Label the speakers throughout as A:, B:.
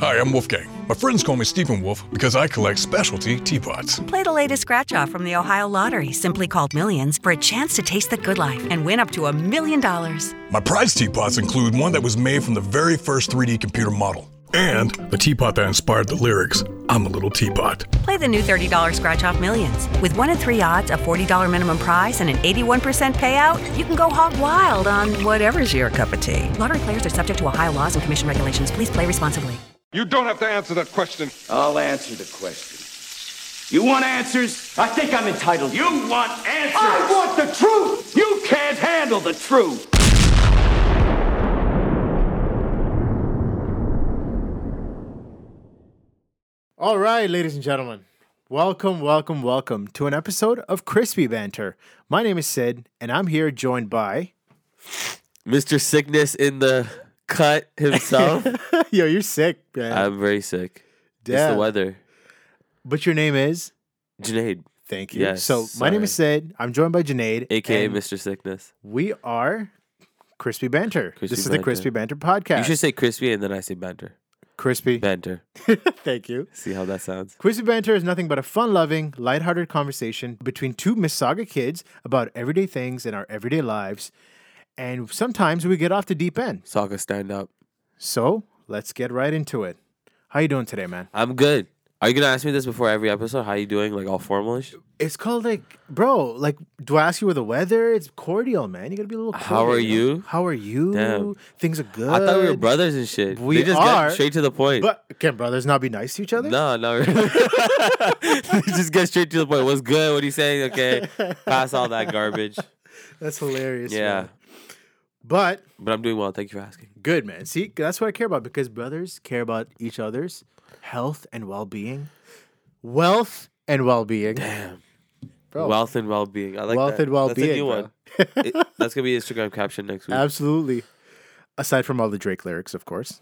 A: Hi, I'm Wolfgang. My friends call me Stephen Wolf because I collect specialty teapots.
B: Play the latest scratch off from the Ohio Lottery, simply called Millions, for a chance to taste the good life and win up to a million dollars.
A: My prize teapots include one that was made from the very first 3D computer model and the teapot that inspired the lyrics, I'm a Little Teapot.
B: Play the new $30 scratch off Millions. With one in three odds, a $40 minimum prize, and an 81% payout, you can go hog wild on whatever's your cup of tea. Lottery players are subject to Ohio laws and commission regulations. Please play responsibly.
C: You don't have to answer that question.
D: I'll answer the question. You want answers? I think I'm entitled.
C: You want answers?
D: I want the truth! You can't handle the truth!
E: All right, ladies and gentlemen, welcome, welcome, welcome to an episode of Crispy Banter. My name is Sid, and I'm here joined by.
F: Mr. Sickness in the cut himself.
E: Yo, you're sick, man.
F: I'm very sick. It's
E: Yeah.
F: Uh, the weather.
E: But your name is.
F: Janaid,
E: Thank you.
F: Yes,
E: so my name is Sid. I'm joined by Janaid,
F: aka
E: and
F: Mr. Sickness.
E: We are Crispy Banter.
F: Crispy
E: this is the
F: Banter.
E: Crispy Banter podcast.
F: You should say crispy and then I say banter.
E: Crispy.
F: Banter.
E: Thank you.
F: See how that sounds.
E: Crispy Banter is nothing but a fun-loving, lighthearted conversation between two Mississauga kids about everyday things in our everyday lives. And sometimes we get off the deep end.
F: Saga stand up.
E: So let's get right into it. How you doing today, man?
F: I'm good. Are you gonna ask me this before every episode? How you doing? Like all formalish?
E: It's called like, bro. Like, do I ask you with the weather? It's cordial, man. You gotta be a little.
F: How
E: cordial,
F: are
E: know?
F: you?
E: How are you?
F: Damn.
E: Things are good.
F: I thought we were brothers and shit.
E: We
F: they just
E: are,
F: get straight to the point.
E: But can brothers not be nice to each other?
F: no, no. just get straight to the point. What's good? What are you saying? Okay. Pass all that garbage.
E: That's hilarious.
F: Yeah.
E: man. But
F: But I'm doing well. Thank you for asking.
E: good, man. See, that's what I care about because brothers care about each other's health and well-being, wealth and well-being. Damn, bro.
F: Wealth and well being. I like
E: Oh. Wealth
F: that.
E: and well
F: That's a
E: being,
F: new
E: bro.
F: one. It- that's gonna be Instagram caption next week.
E: Absolutely. Aside from all the Drake lyrics, of course.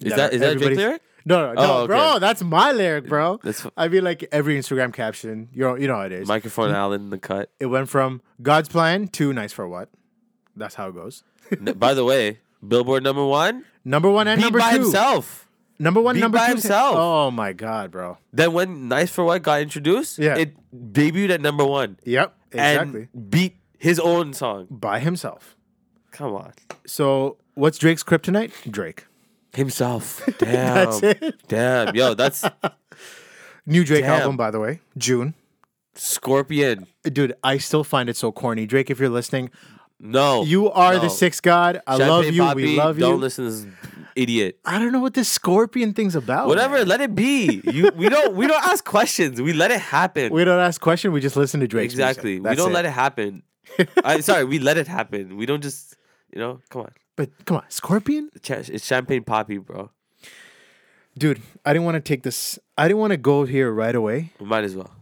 F: Is that is that a Drake
E: everybody's-
F: lyric?
E: No, no, no,
F: Oh, okay.
E: bro. That's my lyric, bro.
F: That's f-
E: I mean, like every Instagram caption, you know, you know how it is.
F: Microphone Allen the cut.
E: It went from God's plan to nice for what. That's how it goes.
F: N- By the way, Billboard number one.
E: Number one and
F: Beat
E: number
F: by
E: two.
F: himself.
E: Number one,
F: Beat
E: number
F: by
E: two.
F: himself.
E: Oh my god, bro.
F: Then when Nice for What got introduced,
E: Yeah.
F: it debuted at number one.
E: Yep, exactly.
F: And beat his own song.
E: By himself.
F: Come on.
E: So what's Drake's kryptonite? Drake.
F: Himself. Damn. Damn. Yo, that's
E: New Drake
F: Damn.
E: album, by the way, June.
F: Scorpion.
E: Dude, I still find it so corny. Drake, if you're listening,
F: No.
E: you are the
F: no.
E: sixth god. I
F: Champagne
E: love you.
F: Poppy,
E: we love you.
F: Don't listen to this idiot.
E: I don't know what this scorpion thing's about.
F: Whatever,
E: man.
F: let it be. You we don't we don't ask questions. We let it happen.
E: We don't ask question. We just listen to Drake's music.
F: exactly. We
E: That's
F: don't
E: it.
F: let it happen. I'm sorry. We let it happen. We don't just, you know, come on.
E: But come on, Scorpion,
F: Cha- It's champagne poppy, bro.
E: dude. I didn't want to take this. I didn't want to go here right away,
F: We might as well.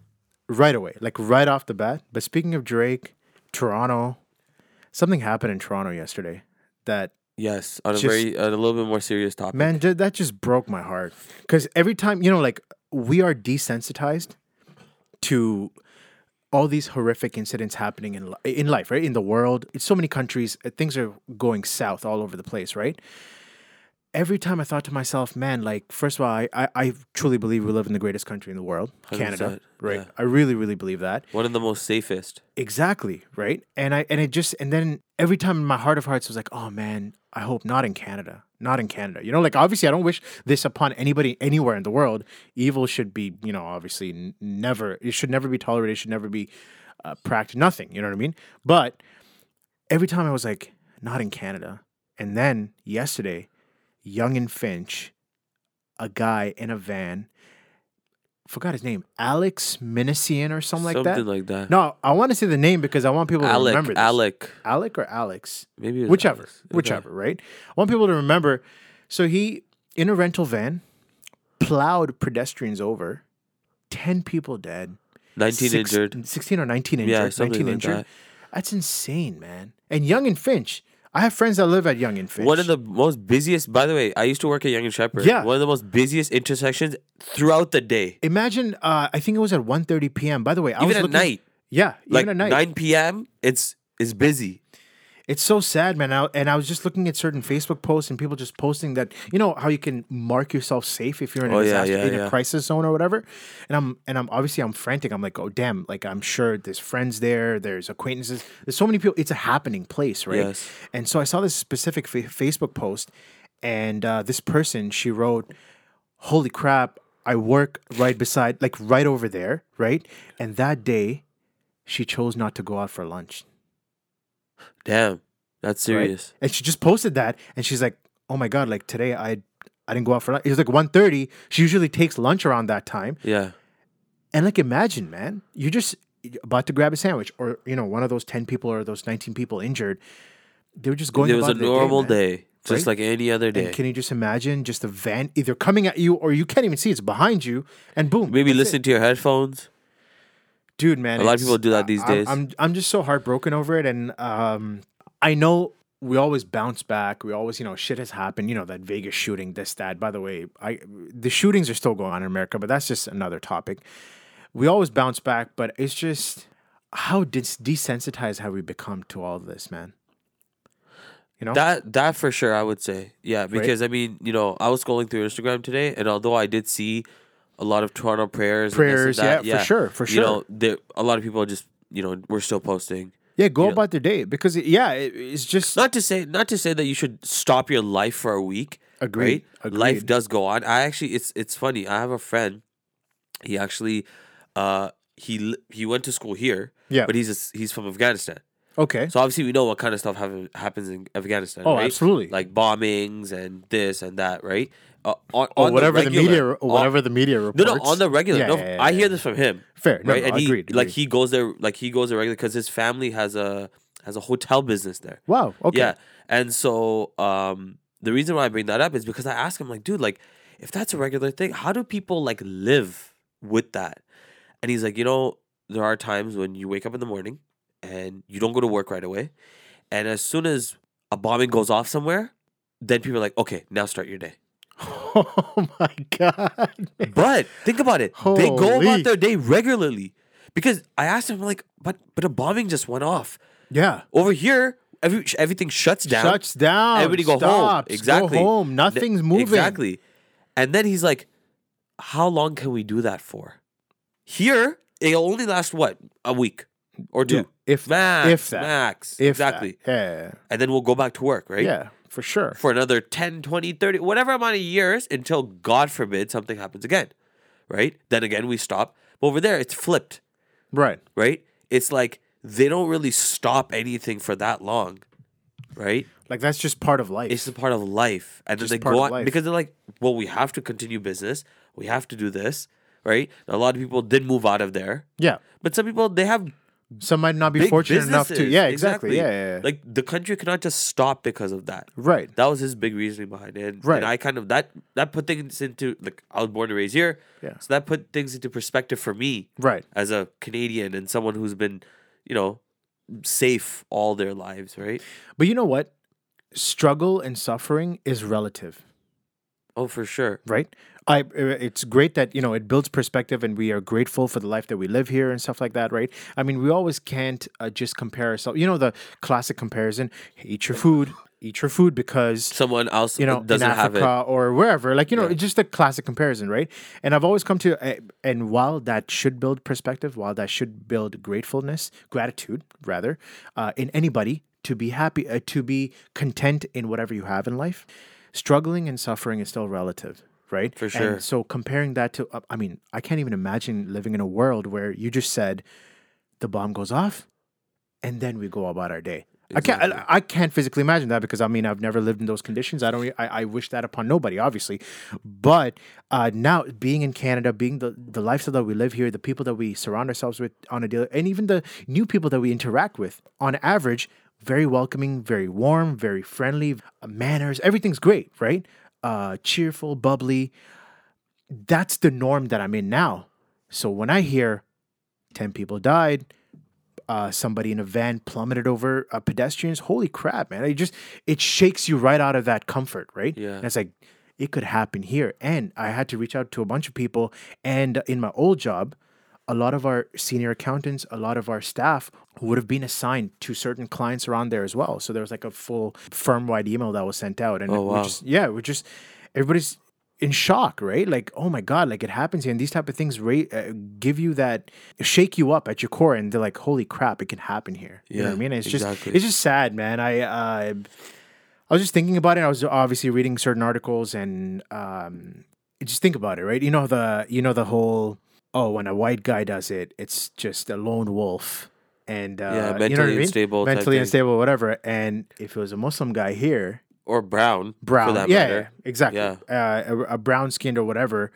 E: right away, like right off the bat. But speaking of Drake, Toronto, something happened in Toronto yesterday that
F: Yes, on a
E: Just-
F: very on a little bit more serious topic.
E: man ju- that just broke my heart because every time you know, like we are desensitized to all these horrific incidents happening in li- in life, right? In the world, in so many countries, uh, things are going south all over the place, right? every time I thought to myself, man, like, first of all, I, I, I truly believe we live in the greatest country in the world, Canada,
F: 100%,
E: right?
F: yeah.
E: I really, really believe that.
F: one of the most safest.
E: Exactly, right? And I and it just and then every time in my heart of hearts was like, oh man, I hope not in Canada. Not in Canada. You know, like obviously I don't wish this upon anybody anywhere in the world. Evil should be, you know, obviously n- never it should never be tolerated, it should never be uh, practiced nothing, you know what I mean? But every time I was like, not in Canada. And then yesterday, Young and Finch, a guy in a van, forgot his name, Alex Minisian or something like that.
F: Something like that.
E: No, I want to say the name because I want people to
F: Alec.
E: remember this.
F: Alec.
E: Alec or Alex?
F: Maybe it was
E: Whichever.
F: Alex. Okay.
E: Whichever, right? I want people to remember. So he, in a rental van, plowed pedestrians over, 10 people dead,
F: Nineteen
E: six-
F: injured.
E: 16 or 19 injured,
F: Yeah, something
E: 19
F: like
E: injured.
F: that.
E: That's insane, man. And Young and Finch. I have friends that live at Young and Finch.
F: One of the most busiest. By the way, I used to work at Young and Shepherd.
E: Yeah.
F: One of the most busiest intersections throughout the day,
E: Imagine, uh, I think it was at 1.30 p.m. By the way, I was
F: even at
E: looking-
F: night,
E: Yeah,
F: like
E: even at night.
F: nine p.m. It's it's busy.
E: It's so sad, man. I, and I was just looking at certain Facebook posts and people just posting that you know how you can mark yourself safe if you're in a
F: Oh, yeah,
E: disaster,
F: yeah,
E: in a
F: yeah.
E: crisis zone or whatever. And I'm and I'm obviously I'm frantic. I'm like, oh damn! Like I'm sure there's friends there, there's acquaintances, there's so many people. It's a happening place, right?
F: Yes.
E: And so I saw this specific fa- Facebook post, and uh, this person she wrote, "Holy crap! I work right beside, like right over there, right?" And that day, she chose not to go out for lunch.
F: Damn, that's
E: right?
F: serious.
E: And she just posted that, and she's like, "Oh my god! Like today, I." I didn't go out for lunch. It was like 1.30. She usually takes lunch around that time.
F: Yeah.
E: And like, imagine, man, you're just about to grab a sandwich, or you know, one of those ten people or those nineteen people injured. They were just going.
F: It was a
E: about their
F: normal
E: man.
F: day, just
E: Right?
F: like any other day.
E: And can you just imagine just a van either coming at you or you can't even see it's behind you, and boom.
F: Maybe
E: that's
F: listen
E: it.
F: to your headphones.
E: dude, man.
F: a lot of
E: it's-
F: people do that
E: I-
F: these
E: I'm-
F: days.
E: I'm I'm just so heartbroken over it, and um, I know we always bounce back. We always, you know, shit has happened. You know that Vegas shooting, this, that. By the way, I the shootings are still going on in America, but that's just another topic. We always bounce back, but it's just how dis- desensitized have we become to all this, man? You know,
F: That that for sure, I would say. Yeah, because I mean, you know, I was scrolling through Instagram today, and although I did see a lot of Toronto prayers, and this and
E: Prayers,
F: that,
E: yeah, for sure, for
F: You know,
E: sure.
F: there, a lot of people just, you know, we're still posting.
E: yeah, go
F: yeah.
E: about their day because yeah, it, it's just
F: Not to say, not to say that you should stop your life for a week.
E: Agreed,
F: Life
E: agreed.
F: does go on. I actually, it's it's funny. I have a friend. He actually, uh, he li- he went to school here.
E: Yeah.
F: But he's a s he's from Afghanistan.
E: okay.
F: So obviously we know what kind of stuff happen, happens in Afghanistan.
E: Oh,
F: right?
E: absolutely.
F: Like bombings and this and that, right? Uh, on,
E: or
F: on
E: whatever the,
F: regular.
E: media, or
F: On-
E: whatever the media reports.
F: No, no, on the regular.
E: Yeah,
F: no,
E: yeah, yeah,
F: I hear
E: yeah.
F: this from him.
E: Fair, no,
F: right?
E: no,
F: and he
E: agreed,
F: like
E: agreed.
F: he goes there, like he goes there regularly because his family has a has a hotel business there.
E: Wow. Okay.
F: Yeah, and so um, the reason why I bring that up is because I ask him, like, dude, like, if that's a regular thing, how do people like live with that? And he's like, you know, there are times when you wake up in the morning and you don't go to work right away, and as soon as a bombing goes off somewhere, then people are like, okay, now start your day.
E: Oh my god.
F: But think about it, they go
E: Holy.
F: about their day regularly because I asked him, like, but but a bombing just went off
E: Yeah.
F: over here. Every, everything shuts down.
E: Shuts down.
F: Everybody go home.
E: stops,
F: Exactly.
E: Go home.
F: Th-
E: Nothing's moving.
F: Exactly. And then he's like, "How long can we do that for? Here, it'll only last what a week or two,
E: Yeah, if that,
F: max,
E: if that,
F: max,
E: If that.
F: exactly.
E: Yeah.
F: And then we'll go back to work, right?
E: Yeah. For sure.
F: For another 10, 20, 30, whatever amount of years until God forbid something happens again, right? Then again we stop. But over there, it's flipped
E: right.
F: right? It's like they don't really stop anything for that long, right?
E: Like that's just part of life.
F: It's a part of life, and then
E: Just
F: they
E: part
F: go
E: of
F: on
E: life.
F: because they're like, "Well, we have to continue business. We have to do this, right?" a lot of people did move out of there,
E: yeah.
F: but some people they have
E: Some might not be
F: big
E: fortunate enough to.
F: businesses.
E: Yeah. Exactly. Yeah. Yeah. yeah.
F: Like the country cannot just stop because of that.
E: Right.
F: That was his big reasoning behind it. And,
E: Right.
F: and I kind of that that put things into like I was born and raised here.
E: Yeah.
F: So that put things into perspective for me.
E: Right.
F: As a Canadian and someone who's been, you know, safe all their lives, right?
E: But you know what? Struggle and suffering is relative.
F: Oh, for sure.
E: right? I uh, it's great that you know it builds perspective, and we are grateful for the life that we live here and stuff like that, right? I mean, we always can't uh, just compare ourselves. You know the classic comparison: eat your food, eat your food because
F: Someone else
E: you know
F: doesn't
E: in
F: have
E: Africa
F: it.
E: or wherever. Like you know, it's just a classic comparison, right? And I've always come to, uh, and while that should build perspective, while that should build gratefulness, gratitude rather, uh, in anybody to be happy, uh, to be content in whatever you have in life, struggling and suffering is still relative. Right.
F: For
E: And
F: sure.
E: so comparing that to, uh, I mean, I can't even imagine living in a world where you just said the bomb goes off, and then we go about our day. I can't. I, I can't physically imagine that because I mean I've never lived in those conditions. I don't. re- I, I wish that upon nobody, obviously. But uh, now being in Canada, being the the lifestyle that we live here, the people that we surround ourselves with on a daily, and even the new people that we interact with, on average, very welcoming, very warm, very friendly uh, manners. Everything's great, right? Uh, cheerful, bubbly. That's the norm that I'm in now. So when I hear ten people died, uh, somebody in a van plummeted over uh, pedestrians. Holy crap, man! It just it shakes you right out of that comfort, right?
F: Yeah.
E: And it's like it could happen here, and I had to reach out to a bunch of people. And in my old job, a lot of our senior accountants, a lot of our staff would have been assigned to certain clients around there as well. So there was like a full firm wide email that was sent out. And
F: Oh,
E: we're
F: wow.
E: just, yeah, we're just, everybody's in shock, right? Like, oh my God, like it happens here. And these type of things ra- uh, give you that, shake you up at your core. And they're like, holy crap, it can happen here. you know what I
F: Yeah,
E: mean? It's
F: exactly.
E: just, it's just sad, man. I, uh, I was just thinking about it. I was obviously reading certain articles and um, just think about it, right? You know the you know the whole oh when a white guy does it, it's just a lone wolf and uh, you know what I
F: mentally
E: mean?
F: unstable type
E: mentally
F: thing.
E: unstable, whatever. And if it was a Muslim guy here,
F: or brown,
E: brown,
F: for that
E: yeah, yeah,
F: matter.
E: exactly,
F: Yeah.
E: Uh, a, a brown skinned or whatever,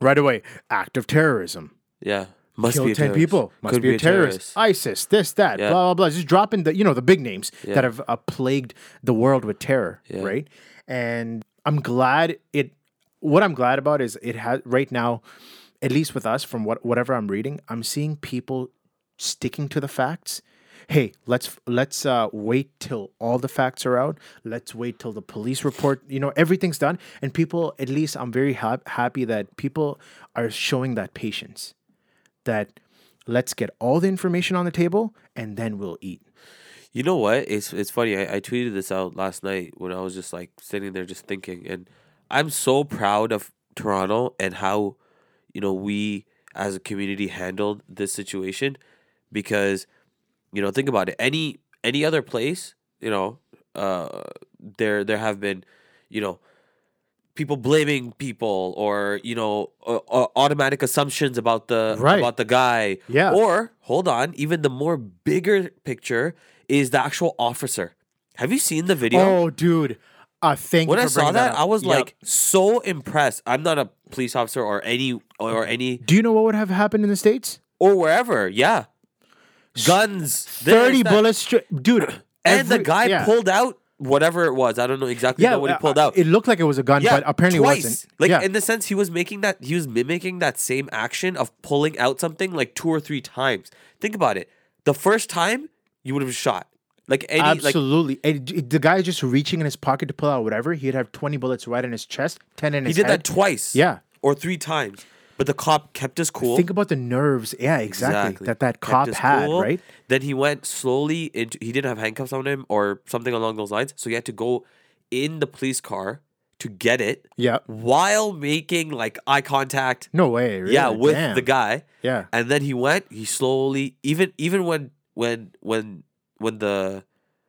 E: right away, act of terrorism.
F: yeah, must
E: Kill
F: be a
E: ten
F: terrorist.
E: people. Must
F: Could
E: be, a terrorist. ISIS, this, that,
F: Yeah.
E: blah, blah, blah. Just dropping the you know the big names
F: Yeah.
E: that have uh, plagued the world with terror,
F: Yeah.
E: right? And I'm glad it. What I'm glad about is it has right now, at least with us, from what whatever I'm reading, I'm seeing people sticking to the facts. Hey, let's let's uh, wait till all the facts are out. Let's wait till the police report. You know everything's done, and people. At least I'm very hap- happy that people are showing that patience that let's get all the information on the table and then we'll eat.
F: You know what? It's it's funny. I, I tweeted this out last night when I was just like sitting there just thinking, and I'm so proud of Toronto and how, you know, we as a community handled this situation, because, you know, think about it. Any any other place, you know, uh, there there have been, you know, people blaming people or you know uh, uh, automatic assumptions about the
E: Right.
F: about the guy
E: Yeah.
F: or hold on even the more bigger picture is the actual officer have you seen the video
E: Oh, dude. Uh, thank
F: when
E: you
F: i
E: for
F: saw
E: bringing
F: that,
E: up.
F: i was
E: Yep.
F: like so impressed i'm not a police officer or any or any
E: Do you know what would have happened in the States?
F: or wherever yeah guns this,
E: 30
F: that.
E: bullets. Stri- dude.
F: and the
E: every-
F: guy
E: yeah.
F: pulled out whatever it was i don't know exactly know what he
E: uh,
F: pulled out
E: It looked like it was a gun, but apparently
F: twice.
E: it wasn't.
F: Like
E: yeah.
F: in the sense he was making that he was mimicking that same action of pulling out something like two or three times. Think about it. The first time you would have shot. Like any like
E: Absolutely. And d- the guy just reaching in his pocket to pull out whatever, he'd have 20 bullets right in his chest, 10 in
F: he
E: his
F: did
E: head.
F: that twice.
E: Yeah.
F: Or three times. But the cop kept us cool.
E: Think about the nerves. Yeah, exactly. That that
F: Kept
E: cop
F: us
E: had,
F: cool.
E: right?
F: Then he went slowly into he didn't have handcuffs on him or something along those lines. So he had to go in the police car to get it.
E: Yeah.
F: While making like eye contact.
E: No way. Really?
F: Yeah, with
E: Damn.
F: the guy.
E: Yeah.
F: And then he went, he slowly even even when when when when the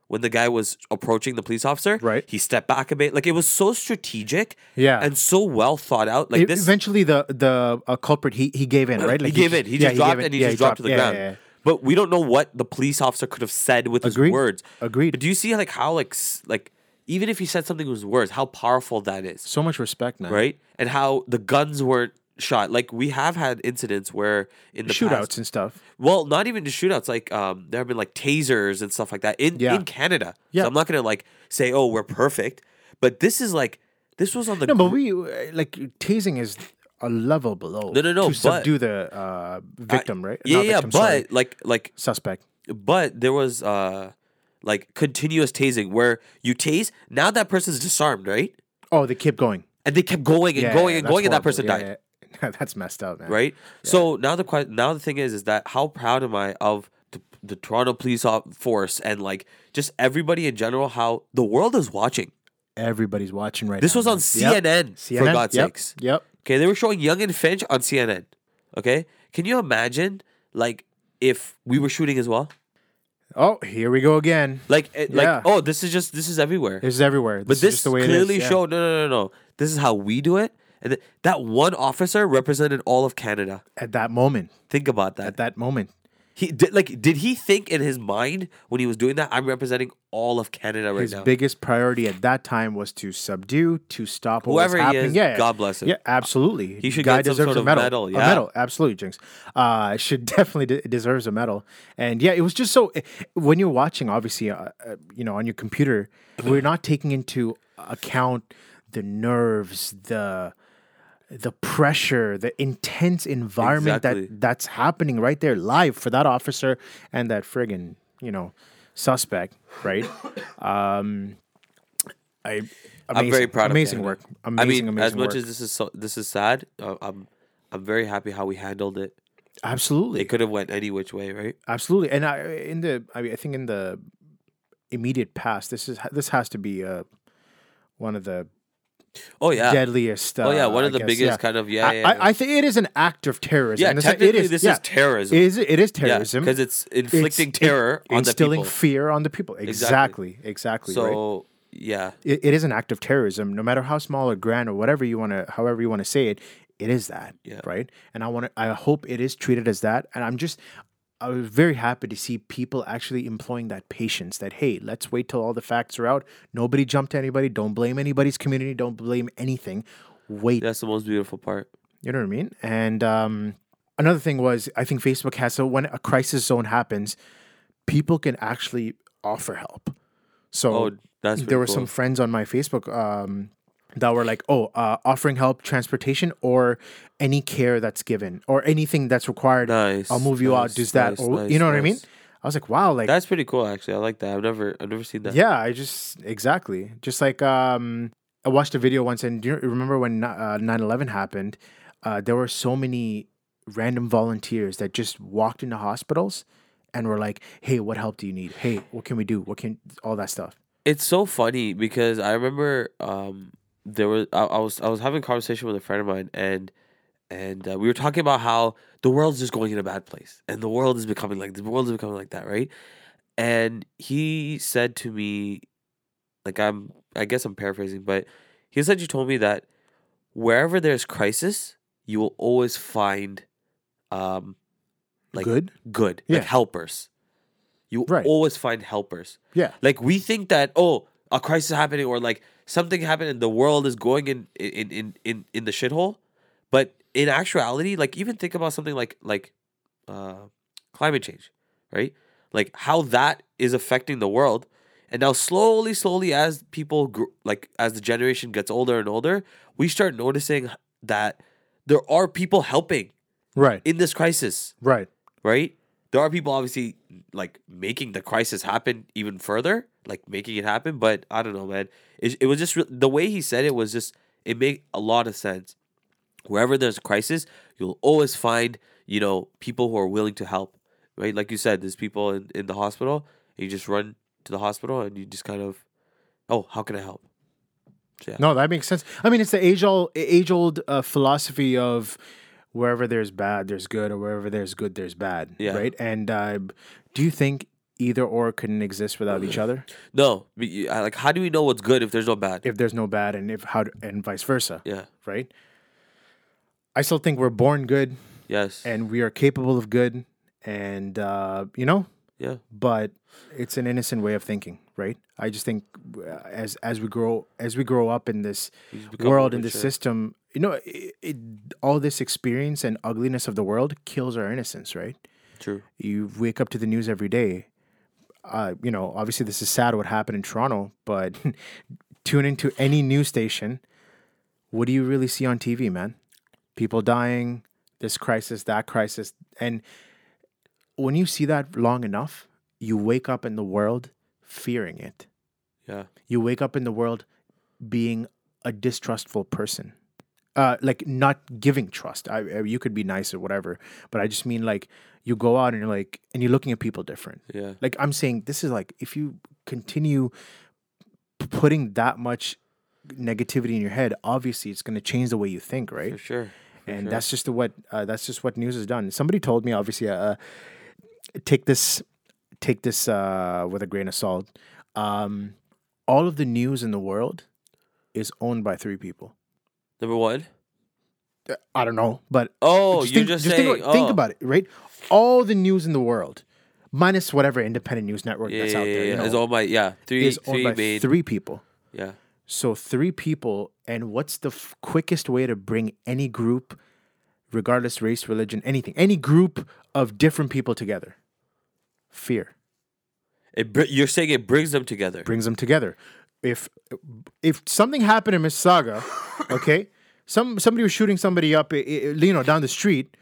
F: when the guy was approaching the police officer,
E: Right.
F: He stepped back a bit. Like it was so strategic,
E: Yeah.
F: and so well thought out. Like
E: E-
F: this,
E: eventually the the uh, culprit he he gave in right
F: he gave in. He just dropped and he just dropped to the ground. But we don't know what the police officer could have said with
E: Agreed.
F: his words.
E: Agreed.
F: But do you see like how like s- like even if he said something with his words, how powerful that is.
E: So much respect now,
F: right? And how the guns weren't shot. Like we have had incidents where in the
E: Shootouts
F: past, Mm-hmm.
E: and stuff.
F: well, not even just shootouts. Like um, there have been like tasers and stuff like that in
E: Yeah.
F: in Canada.
E: Yeah.
F: So I'm not gonna like say oh we're perfect, but this is like this was on the
E: No, but
F: gr-
E: we uh, like tasing is a level below.
F: No, no, no,
E: To
F: but-
E: subdue the uh, victim, right?
F: yeah
E: Not
F: yeah
E: victim,
F: but
E: sorry,
F: like like
E: suspect.
F: but there was uh like continuous tasing where you tase now that person's disarmed right
E: Oh, they kept going
F: and they kept going and
E: Yeah,
F: going and
E: that's
F: going and that
E: horrible.
F: person
E: Yeah,
F: died
E: yeah. that's messed up, man.
F: right? So now the que- now the thing is, is that how proud am I of the, the Toronto Police op- Force and like just everybody in general? How the world is watching.
E: Everybody's watching right
F: This
E: now.
F: was on
E: man.
F: CNN,
E: Yep.
F: for God's
E: yep.
F: sakes.
E: Yep.
F: Okay, they were showing Young and Finch on CNN. Okay, can you imagine like if we were shooting as well?
E: Oh, here we go again.
F: Like it,
E: Yeah.
F: like oh, this is just this is everywhere.
E: This is everywhere.
F: but
E: This, is
F: this
E: just the way
F: clearly
E: it is. yeah.
F: showed no no no no. This is how we do it. And th- that one officer represented all of Canada.
E: at that moment.
F: Think about that.
E: At that moment.
F: He did like did he think in his mind when he was doing that I'm representing all of Canada right
E: his
F: now.
E: biggest priority at that time was to subdue, to stop what was
F: Whoever he
E: happening.
F: is,
E: yeah, yeah.
F: God bless him.
E: Yeah, absolutely.
F: He should
E: Guy
F: get some
E: deserves a
F: sort of
E: medal.
F: medal,
E: A
F: yeah.
E: medal, absolutely, Jinx. Uh, should definitely de- deserves a medal. And yeah, it was just so. eh, When you're watching, obviously, uh, uh, you know, on your computer, we're not taking into account the nerves, the the pressure, the intense environment
F: Exactly.
E: that that's happening right there live for that officer and that friggin', you know, suspect, right? I
F: I'm very
E: amazing-
F: proud
E: Amazing
F: of Canada.
E: work. Amazing,
F: I mean,
E: amazing
F: as much
E: work.
F: as this is so, this is sad, uh, I'm I'm very happy how we handled it.
E: Absolutely.
F: It could have went any which way, right?
E: Absolutely, and I in the I, mean, I think in the immediate past, this is this has to be uh, one of the
F: Oh yeah.
E: deadliest. Uh,
F: Oh, yeah, one
E: I
F: of the
E: guess,
F: biggest kind of- yeah,
E: I,
F: yeah,
E: I,
F: yeah.
E: I think it is an act of terrorism.
F: Yeah,
E: This is-
F: technically,
E: it is,
F: this
E: yeah.
F: is terrorism.
E: It is, it is
F: Yeah,
E: terrorism
F: 'cause it's inflicting
E: it-
F: terror on the
E: instilling
F: people.
E: fear on the people. Exactly,
F: Exactly.
E: exactly. right?
F: So yeah.
E: It, it is an act of terrorism, no matter how small or grand or whatever you want to, however you want to say it. It is that,
F: Yeah.
E: right? And I want to. I hope it is treated as that. And I'm just, I was very happy to see people actually employing that patience. That hey, let's wait till all the facts are out. Nobody jump to anybody. Don't blame anybody's community. Don't blame anything. Wait
F: That's the most beautiful part.
E: you know what I mean? And um, another thing was, I think Facebook has so when a crisis zone happens, people can actually offer help. So
F: Oh, that's pretty
E: there were some
F: cool.
E: friends on my Facebook um, that were like, "Oh, uh, offering help, transportation, or any care that's given, or anything that's required.
F: Nice,
E: I'll move you out,
F: nice,
E: does that,
F: nice,
E: or
F: nice,
E: you know what I mean?"
F: nice.
E: I was like, "Wow, like
F: That's pretty cool actually. I like that. I've never I've never seen that.
E: yeah, I just exactly just like um, I watched a video once, and do you remember when uh, 9-11 happened? Uh, there were so many random volunteers that just walked into hospitals and were like, "Hey, what help do you need? Hey, what can we do? What can all that stuff?"
F: It's so funny because I remember um there was I, I was I was having a conversation with a friend of mine and and uh, we were talking about how the world's just going in a bad place and the world is becoming like the world is becoming like that, right? And he said to me like I'm I guess I'm paraphrasing, but he said you told me that wherever there's crisis, you will always find um like
E: Good?
F: good
E: Yeah.
F: like helpers. You
E: Right.
F: always find helpers.
E: Yeah,
F: Like we think that oh, a crisis is happening or like something happened and the world is going in in in in, in the shithole, but in actuality, like even think about something like like uh, climate change, right? Like how that is affecting the world. And now slowly, slowly, as people gr- like as the generation gets older and older, we start noticing that there are people helping
E: right,
F: in this crisis
E: right,
F: right? There are people obviously like making the crisis happen even further, like making it happen. But I don't know, man. It, it was just re- the way he said it was just it made a lot of sense. Wherever there's a crisis, you'll always find you know people who are willing to help, right? Like you said, there's people in in the hospital. you just run to the hospital and you just kind of, oh, how can I help?
E: No, that makes sense. I mean, it's the age old age old uh, philosophy of wherever there's bad, there's good, or wherever there's good, there's bad.
F: Yeah.
E: Right. And uh, do you think either or couldn't exist without each other?
F: No, but you- I- like how do we know what's good if there's no bad?
E: If there's no bad, and if how, to, and vice versa.
F: yeah.
E: Right. I still think we're born good,
F: Yes.
E: and we are capable of good, and uh, you know,
F: yeah.
E: but it's an innocent way of thinking, right? I just think uh, as as we grow as we grow up in this
F: become
E: world
F: more
E: in this
F: mature.
E: system, you know, it, it, all this experience and ugliness of the world kills our innocence, right?
F: True.
E: You wake up to the news every day. Uh, you know, obviously this is sad what happened in Toronto, but tune into any news station. What do you really see on TV, man? People dying, this crisis, that crisis, and when you see that long enough, you wake up in the world fearing it.
F: Yeah.
E: You wake up in the world being a distrustful person, uh, like not giving trust. I, I- you could be nice or whatever, but I just mean like you go out and you're like, and you're looking at people different.
F: Yeah.
E: Like I'm saying, this is like if you continue p- putting that much negativity in your head, obviously it's going to change the way you think, right?
F: For sure. For
E: and
F: sure.
E: that's just the what uh, that's just what news has done. Somebody told me obviously uh, take this take this uh, with a grain of salt. Um, all of the news in the world is owned by three people.
F: number one.
E: I don't know, but
F: Oh, you're
E: think,
F: just
E: think,
F: saying-
E: about, think
F: oh.
E: about it, right? All the news in the world, minus whatever independent news network
F: Yeah,
E: that's
F: yeah,
E: out there,
F: yeah,
E: you
F: yeah.
E: know,
F: It's Eh, all my yeah. Three,
E: is owned
F: three
E: by
F: main.
E: three people.
F: Yeah,
E: So three people, and what's the f- quickest way to bring any group, regardless race, religion, anything, any group of different people together? Fear
F: it, br- you're saying it brings them together.
E: brings them together. If if something happened in Mississauga, okay, some somebody was shooting somebody up, i- i- you know, down the street.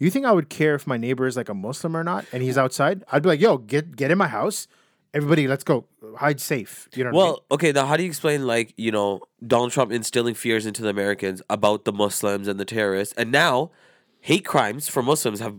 E: You think I would care if my neighbor is like a Muslim or not, and he's outside? I'd be like, "Yo, get get in my house, everybody, let's go hide safe." You know. what I mean?
F: well, okay. Now, how do you explain like you know Donald Trump instilling fears into the Americans about the Muslims and the terrorists, and now hate crimes for Muslims have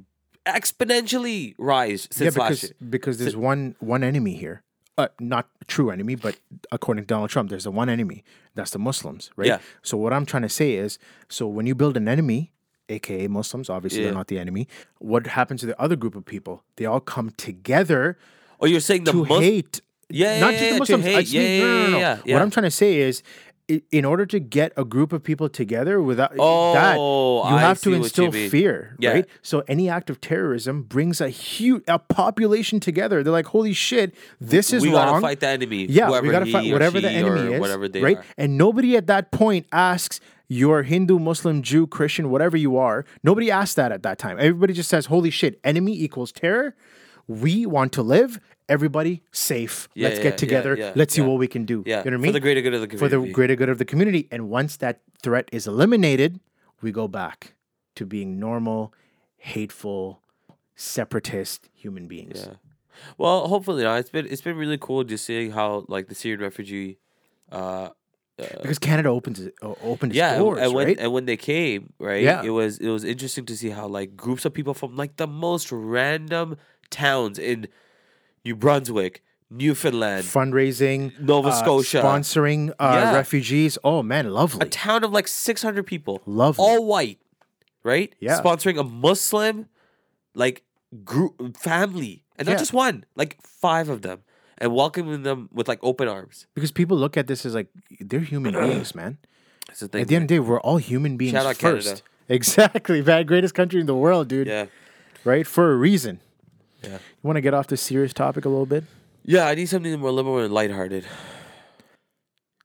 F: exponentially rise since
E: yeah,
F: last
E: because
F: year.
E: because there's one one enemy here, uh, not a true enemy, but according to Donald Trump, there's the one enemy that's the Muslims, right?
F: Yeah.
E: So what I'm trying to say is, so when you build an enemy, aka Muslims, obviously they're
F: Yeah.
E: not the enemy. What happens to the other group of people? They all come together
F: Oh, you're saying the
E: to
F: Mus-
E: hate.
F: Yeah, yeah,
E: not
F: yeah,
E: just
F: yeah,
E: the
F: to
E: Muslims. I
F: hate.
E: just
F: Yeah,
E: mean- no,
F: yeah,
E: no, no, no.
F: yeah, yeah, yeah.
E: What I'm trying to say is, i- in order to get a group of people together without that,
F: Oh,
E: you
F: I
E: have
F: see
E: to
F: what you
E: instill
F: mean.
E: fear,
F: Yeah.
E: right? So any act of terrorism brings a huge a population together. They're like, "Holy shit, this is
F: We
E: wrong."
F: gotta fight the enemy,
E: Yeah, we
F: whoever
E: gotta
F: he
E: fight
F: or
E: whatever the
F: she or
E: enemy is,
F: whatever they
E: right?
F: are.
E: And nobody at that point asks. You're Hindu, Muslim, Jew, Christian, whatever you are. Nobody asked that at that time. Everybody just says, "Holy shit, enemy equals terror." We want to live. Everybody safe.
F: Yeah,
E: Let's
F: yeah,
E: get
F: yeah,
E: together.
F: yeah,
E: Let's
F: yeah.
E: see what we can do. You know
F: Yeah,
E: what I
F: for
E: mean?
F: the greater good of the
E: For the
F: community.
E: greater good of the community. And once that threat is eliminated, we go back to being normal, hateful, separatist human beings.
F: Yeah. Well, hopefully not. It's been it's been really cool just seeing how like the Syrian refugee, uh,
E: Because Canada opens it- o- opened its
F: yeah, and-
E: doors,
F: and when
E: right?
F: and when they came, right?
E: Yeah.
F: It was it was interesting to see how like groups of people from like the most random towns in New Brunswick, Newfoundland,
E: Fundraising,
F: Nova
E: uh,
F: Scotia.
E: sponsoring uh,
F: Yeah.
E: refugees. Oh man, lovely.
F: a town of like 600 people,
E: Lovely.
F: all white, right?
E: Yeah.
F: Sponsoring a Muslim like group family, and not
E: Yeah.
F: just one, like five of them, and welcoming them with like open arms.
E: because people look at this as like they're human beings, man.
F: That's the thing.
E: At the end
F: man.
E: of the day, we're all human beings
F: Shout out Canada.
E: first. Exactly, man. Greatest country in the world, dude.
F: yeah.
E: Right? For a reason. Yeah. You want to get off this serious topic a little bit?
F: Yeah, I need something more liberal and lighthearted.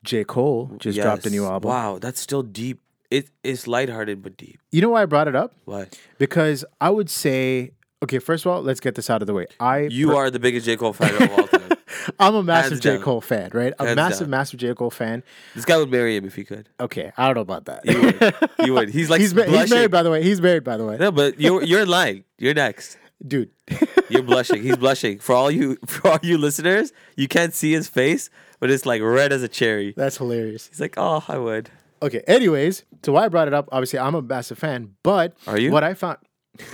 E: J. Cole just dropped a new
F: Yes.
E: album.
F: Wow, that's still deep. It is lighthearted but deep.
E: You know why I brought it up?
F: Why?
E: Because I would say, okay, first of all, let's get this out of the way. I
F: You are the biggest J Cole fan of all time.
E: I'm a massive
F: Hands
E: J.
F: down.
E: Cole fan, right? A
F: Hands
E: massive,
F: down.
E: massive J. Cole fan.
F: This guy would marry him if he could.
E: Okay, I don't know about that.
F: He would. He would. He's like
E: he's, ma- he's
F: blushing.
E: married, by the way. He's married, by the way.
F: no, but you're you're lying. You're next.
E: Dude,
F: You're blushing. He's blushing. For all you for all you listeners, you can't see his face, but it's like red as a cherry.
E: that's hilarious.
F: He's like, oh, I would.
E: Okay, anyways, so why I brought it up, obviously, I'm a massive fan, but
F: Are you?
E: what I found.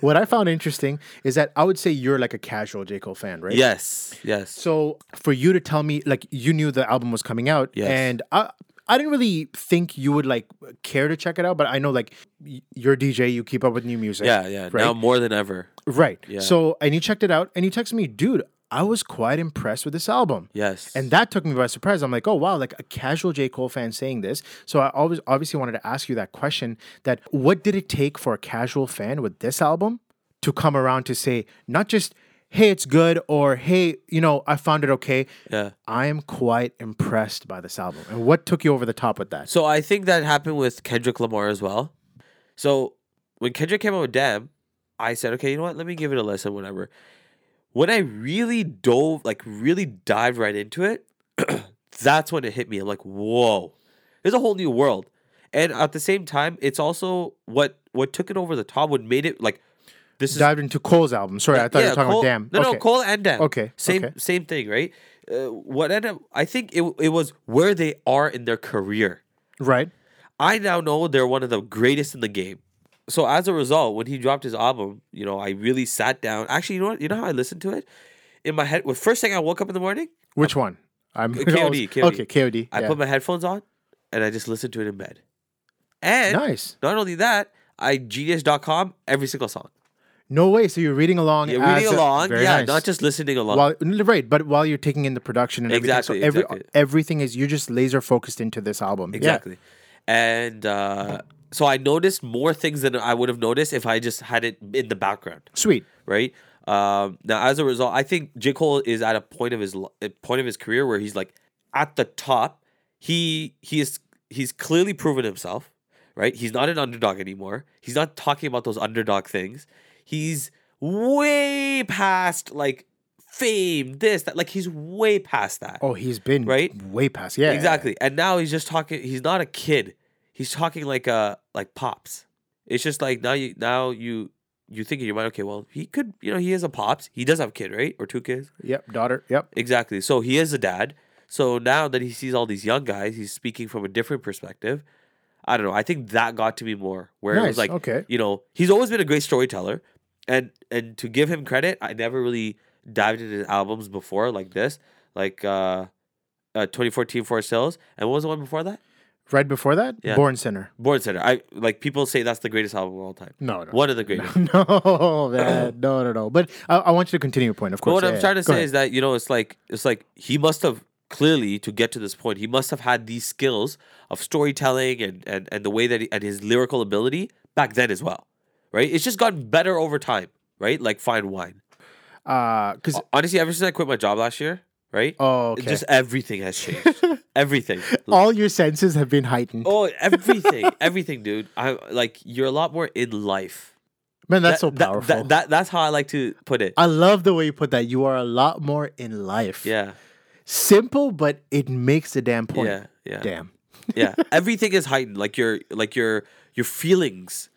E: what I found interesting is that I would say you're like a casual J. Cole fan, right?
F: Yes. Yes.
E: So for you to tell me, like you knew the album was coming out,
F: Yes.
E: and I, I didn't really think you would like care to check it out, but I know like y- you're a DJ, you keep up with new music.
F: yeah, yeah.
E: right,
F: Now more than ever.
E: right.
F: Yeah.
E: So and you checked it out, and you texted me, dude, I was quite impressed with this album.
F: Yes.
E: And that took me by surprise. I'm like, oh wow, like a casual J. Cole fan saying this. So I always obviously wanted to ask you that question that what did it take for a casual fan with this album to come around to say, not just, hey, it's good, or hey, you know, I found it okay.
F: Yeah.
E: I am quite impressed by this album. And what took you over the top with that?
F: So I think that happened with Kendrick Lamar as well. So when Kendrick came out with Damn, I said, okay, you know what? Let me give it a listen, whatever. When I really dove, like really dived right into it, that's when it hit me. I'm like, whoa, there's a whole new world. And at the same time, it's also what what took it over the top, what made it like this is
E: Dived into Cole's album. Sorry, I thought you were talking
F: Cole-
E: about Damn.
F: No,
E: okay.
F: no, Cole and Damn.
E: Okay,
F: same
E: okay.
F: same thing, right? Uh, what ended up, I think it it was where they are in their career.
E: Right.
F: I now know they're one of the greatest in the game. So as a result, when he dropped his album, you know, I really sat down. Actually, you know what? You know how I listened to it? In my head, well, first thing I woke up in the morning,
E: Which one? I'm
F: KOD,
E: always-
F: KOD.
E: Okay, KOD.
F: I
E: yeah.
F: put my headphones on and I just listened to it in bed. And
E: Nice.
F: not only that, I genius.com every single song.
E: No way. So you're reading along.
F: Yeah,
E: as
F: reading
E: a-
F: along,
E: Very
F: yeah,
E: nice.
F: not just listening along.
E: While, n- right, but while you're taking in the production and everything,
F: Exactly,
E: so every,
F: exactly.
E: everything is you're just laser focused into this album. Yeah.
F: Exactly. And uh, so I noticed more things than I would have noticed if I just had it in the background.
E: Sweet.
F: right? Um, now, as a result, I think J Cole is at a point of his li- a point of his career where he's like at the top. He he is he's clearly proven himself, right? He's not an underdog anymore. He's not talking about those underdog things. He's way past like fame, this that. Like he's way past that.
E: Oh, he's been
F: Right?
E: way past. Yeah,
F: Exactly. And now he's just talking. He's not a kid. He's talking like uh like pops. It's just like now you now you you think in your mind, okay, well he could you know he is a pops. He does have a kid, right, or two kids.
E: Yep, daughter. Yep.
F: Exactly. So he is a dad. So now that he sees all these young guys, he's speaking from a different perspective. I don't know. I think that got to me more, where it was
E: Nice,
F: like,
E: okay.
F: you know, he's always been a great storyteller, and and to give him credit, I never really dived into his albums before like this, like uh, uh 2014 for sales. And what was the one before that?
E: Right before that,
F: Yeah.
E: Born Sinner.
F: Born Center. I like people say that's the greatest album of all time.
E: No, no.
F: one of the greatest.
E: No, man. no, no, no. But I, I want you to continue your point, of
F: But
E: course.
F: what
E: Yeah,
F: I'm
E: yeah.
F: trying to
E: Go
F: say
E: ahead.
F: is that you know it's like it's like he must have clearly to get to this point he must have had these skills of storytelling and and, and the way that he, and his lyrical ability back then as well, right? It's just gotten better over time, right? Like fine wine.
E: uh, because
F: Honestly, ever since I quit my job last year, right?
E: Oh,
F: It
E: okay.
F: Just everything has changed. everything.
E: all your senses have been heightened.
F: oh, everything, everything, dude. I like you're a lot more in life.
E: Man, that's
F: That-
E: so
F: that-
E: powerful.
F: That, that- that's how I like to put it.
E: I love the way you put that. You are a lot more in life.
F: yeah,
E: Simple, but it makes the damn point.
F: yeah, yeah.
E: Damn.
F: yeah everything is heightened like your like your your feelings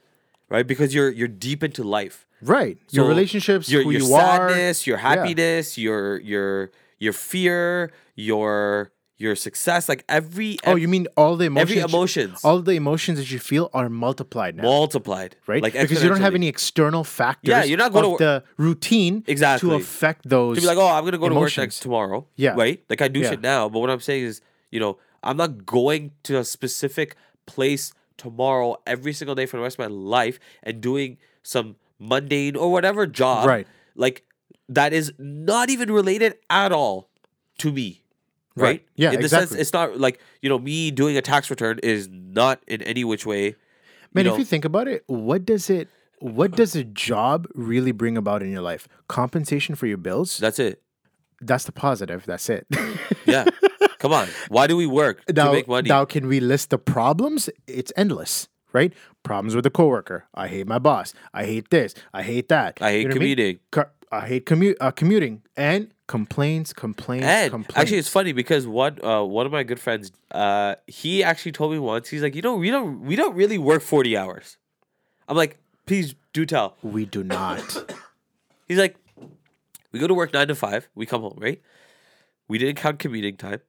F: right because you're you're deep into life
E: Right. your
F: So
E: relationships,
F: your,
E: who
F: your
E: you
F: sadness
E: are.
F: your
E: Yeah.
F: happiness your your your fear your your success like every
E: Oh, you mean all the emotions?
F: every emotions.
E: All the emotions that you feel are multiplied now.
F: multiplied
E: right? because you don't have
F: exponentially.
E: any external factors
F: Yeah, you're not gonna
E: of
F: wor-
E: the routine
F: Exactly.
E: to affect those.
F: to be like, oh, I'm gonna go to work
E: emotions.
F: next tomorrow.
E: Yeah.
F: Right? Like I do
E: Yeah.
F: shit now, but what I'm saying is, you know, I'm not going to a specific place tomorrow every single day for the rest of my life and doing some mundane or whatever job.
E: Right.
F: Like that is not even related at all to me. Right?
E: Right. Yeah,
F: In the sense
E: exactly.
F: it's not like, you know, me doing a tax return is not in any which way.
E: Man,
F: you know-
E: if you think about it, what does it? What does a job really bring about in your life? Compensation for your bills.
F: That's it.
E: That's the positive. That's it.
F: Yeah. Come on. Why do we work?
E: now,
F: to make money.
E: now, can we list the problems? It's endless, right? Problems with a coworker. I hate my boss. I hate this. I hate that.
F: I hate
E: what mean?
F: commuting.
E: Co- I hate commute. Uh, commuting and complaints. Complaints.
F: And
E: complaints.
F: actually, it's funny because one uh, one of my good friends, uh, he actually told me once. He's like, you know, we don't we don't really work forty hours. I'm like, please do tell.
E: we do not.
F: He's like, we go to work nine to five. We come home, right? We didn't count commuting time.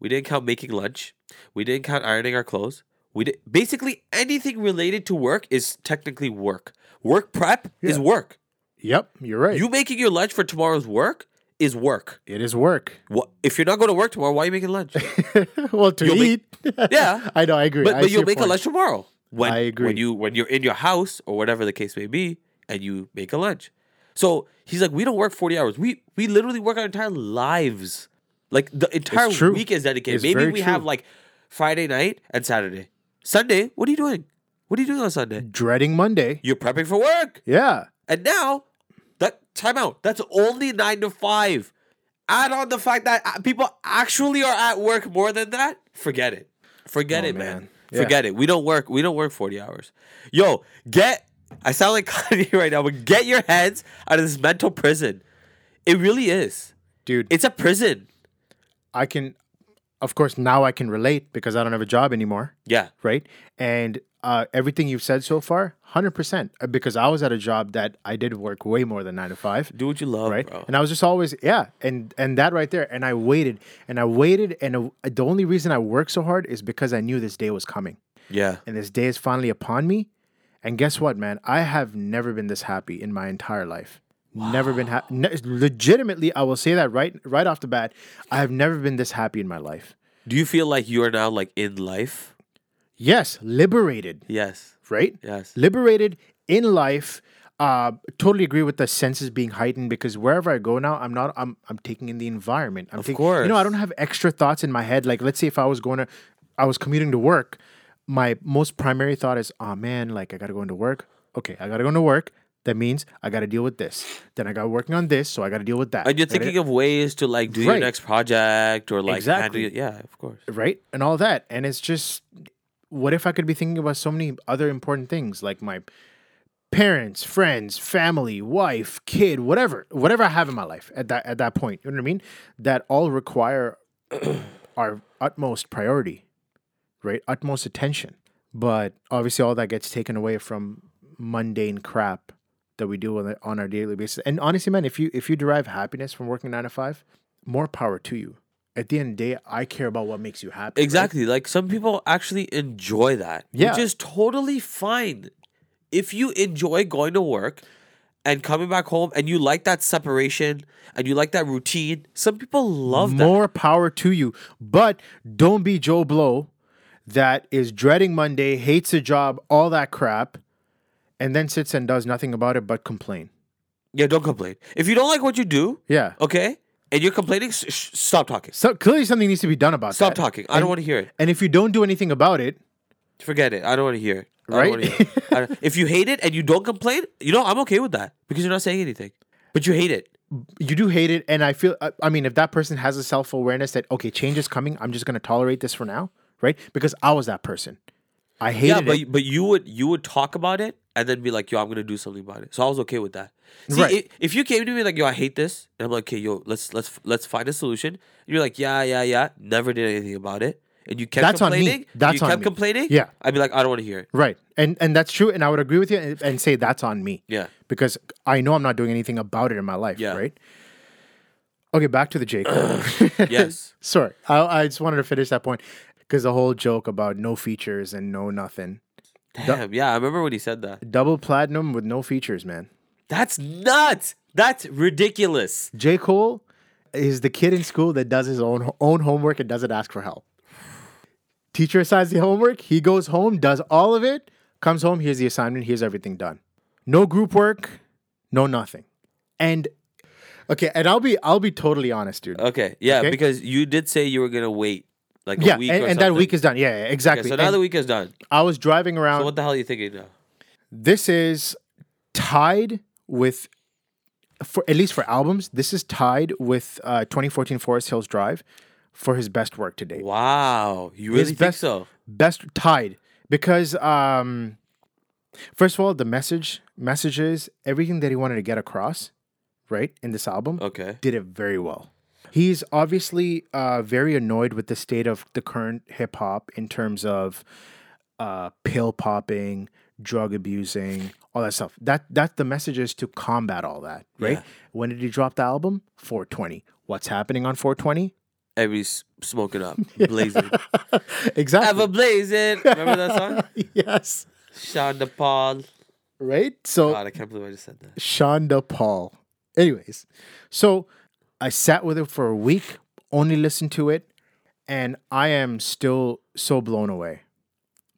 F: We didn't count making lunch. We didn't count ironing our clothes. We did basically anything related to work is technically work. Work prep is
E: Yeah.
F: work.
E: yep, you're right.
F: You making your lunch for tomorrow's work is work.
E: It is work.
F: What if you're not going to work tomorrow? Why are you making lunch?
E: well, to
F: You'll make-
E: eat.
F: Yeah.
E: I know. I agree.
F: But,
E: I
F: but
E: see
F: you'll
E: your
F: make a
E: point.
F: lunch tomorrow. When,
E: I agree.
F: When you when you're in your house or whatever the case may be, and you make a lunch. So he's like, we don't work forty hours. We we literally work our entire lives. Like the entire
E: true.
F: week is dedicated.
E: It's
F: Maybe
E: very
F: we have
E: true.
F: like Friday night and Saturday. Sunday, what are you doing? What are you doing on Sunday?
E: dreading Monday.
F: You're prepping for work.
E: Yeah.
F: And now that time out. That's only nine to five. Add on the fact that uh, people actually are at work more than that. Forget it. Forget it, man.
E: Oh, man. Yeah.
F: Forget it. We don't work. We don't work forty hours. Yo, get. I sound like Kanye right now, but get your heads out of this mental prison. It really is.
E: Dude,
F: It's a prison.
E: I can of course now I can relate because I don't have a job anymore,
F: Yeah.
E: right? And uh, everything you've said so far, 100% uh, because I was at a job that I did work way more than 9 to 5.
F: Do what you love,
E: right?
F: bro.
E: And I was just always yeah, and and that right there and I waited and I waited and uh, the only reason I worked so hard is because I knew this day was coming.
F: yeah.
E: and this day is finally upon me. And guess what, man? I have never been this happy in my entire life. Never been happy. legitimately, I will say that right right off the bat. I have never been this happy in my life.
F: Do you feel like you are now like in life?
E: Yes, liberated,
F: Yes.
E: right?
F: Yes.
E: Liberated in life. Uh, totally agree with the senses being heightened because wherever I go now, I'm not. I'm. I'm taking in the environment. I'm
F: Of
E: taking,
F: course.
E: You know, I don't have extra thoughts in my head. Like, let's say if I was going to, I was commuting to work, my most primary thought is, oh man, like I gotta go into work. Okay, I gotta go into work. That means I gotta deal with this. Then I got working on this, so I gotta deal with that.
F: And you're
E: I gotta-
F: thinking of ways to like do your
E: Right.
F: next project or like handle
E: Exactly.
F: your- yeah, of course.
E: right and all that and it's just what if i could be thinking about so many other important things like my parents friends family wife kid whatever whatever i have in my life at that at that point you know what i mean that all require our utmost priority right utmost attention but obviously all that gets taken away from mundane crap that we do on, the, on our daily basis and honestly man if you if you derive happiness from working 9 to 5 more power to you at the end of the day i care about what makes you happy right?
F: Exactly. Like some people actually enjoy that,
E: Yeah.
F: which is totally fine. If you enjoy going to work and coming back home and you like that separation and you like that routine. Some people love that.
E: More power to you. But don't be Joe Blow that is dreading Monday, hates a job, all that crap, and then sits and does nothing about it but complain.
F: Yeah, don't complain. If you don't like what you do,
E: Yeah.
F: okay, and you're complaining, s- sh- stop talking.
E: So clearly something needs to be done about
F: Stop
E: that.
F: talking. I don't wanna hear it.
E: And if you don't do anything about it,
F: Forget it. I don't want to hear it. I don't
E: Right?
F: wanna hear it. I don't- if you hate it and you don't complain, you know, I'm okay with that because you're not saying anything. But you hate it.
E: you do hate it and i feel I- i mean if that person has a self-awareness that okay change is coming i'm just going to tolerate this for now right because i was that person i hated
F: yeah, but
E: it
F: but you would you would talk about it and then be like, yo, I'm gonna do something about it. So I was okay with that. See,
E: Right.
F: i- if you came to me like, yo, I hate this, and I'm like, okay, yo, let's let's let's find a solution. And you're like, yeah, yeah, yeah. Never did anything about it, and you kept
E: That's on me.
F: complaining.
E: That's
F: you
E: on
F: kept
E: me.
F: complaining.
E: Yeah.
F: I'd be like, I don't want to hear it.
E: right and and that's true and i would agree with you and, and say that's on me
F: Yeah.
E: because i know i'm not doing anything about it in my life
F: Yeah.
E: right okay back to the jake
F: Yes.
E: sorry I, I just wanted to finish that point because the whole joke about no features and no nothing
F: Damn. Yeah, I remember when he said that.
E: double platinum with no features man
F: That's nuts. That's ridiculous.
E: J. Cole is the kid in school that does his own own homework and doesn't ask for help. Teacher assigns the homework, he goes home, does all of it, comes home, here's the assignment, here's everything done. No group work, no nothing. And okay, and I'll be I'll be totally honest, dude.
F: Okay. Yeah,
E: Okay.
F: because you did say you were gonna wait like
E: yeah,
F: a week
E: and,
F: or
E: and that week
F: something.
E: is Uh, done. Yeah, yeah
F: Okay,
E: exactly.
F: so now
E: And
F: the week is done.
E: I was driving around.
F: So what the hell are you thinking now?
E: this is tied with for at least for albums. This is tied with uh, 2014 Forest Hills Drive for his best work to date.
F: Wow, you really
E: His
F: think
E: best-
F: so?
E: best tied because um first of all the message messages everything that he wanted to get across right in this album
F: Okay.
E: did it very well he's obviously uh very annoyed with the state of the current hip hop in terms of uh pill popping drug abusing all that stuff that that's the message is to combat all that right
F: Yeah.
E: when did he drop the album 420 what's happening on 420
F: Everybody's smoking up, blazing.
E: exactly
F: Ever blazing. Remember that song?
E: yes
F: Sean DePaul.
E: right so
F: God, I can't believe I just said that.
E: Shonda Paul. Anyways, so I sat with it for a week, only listened to it, and I am still so blown away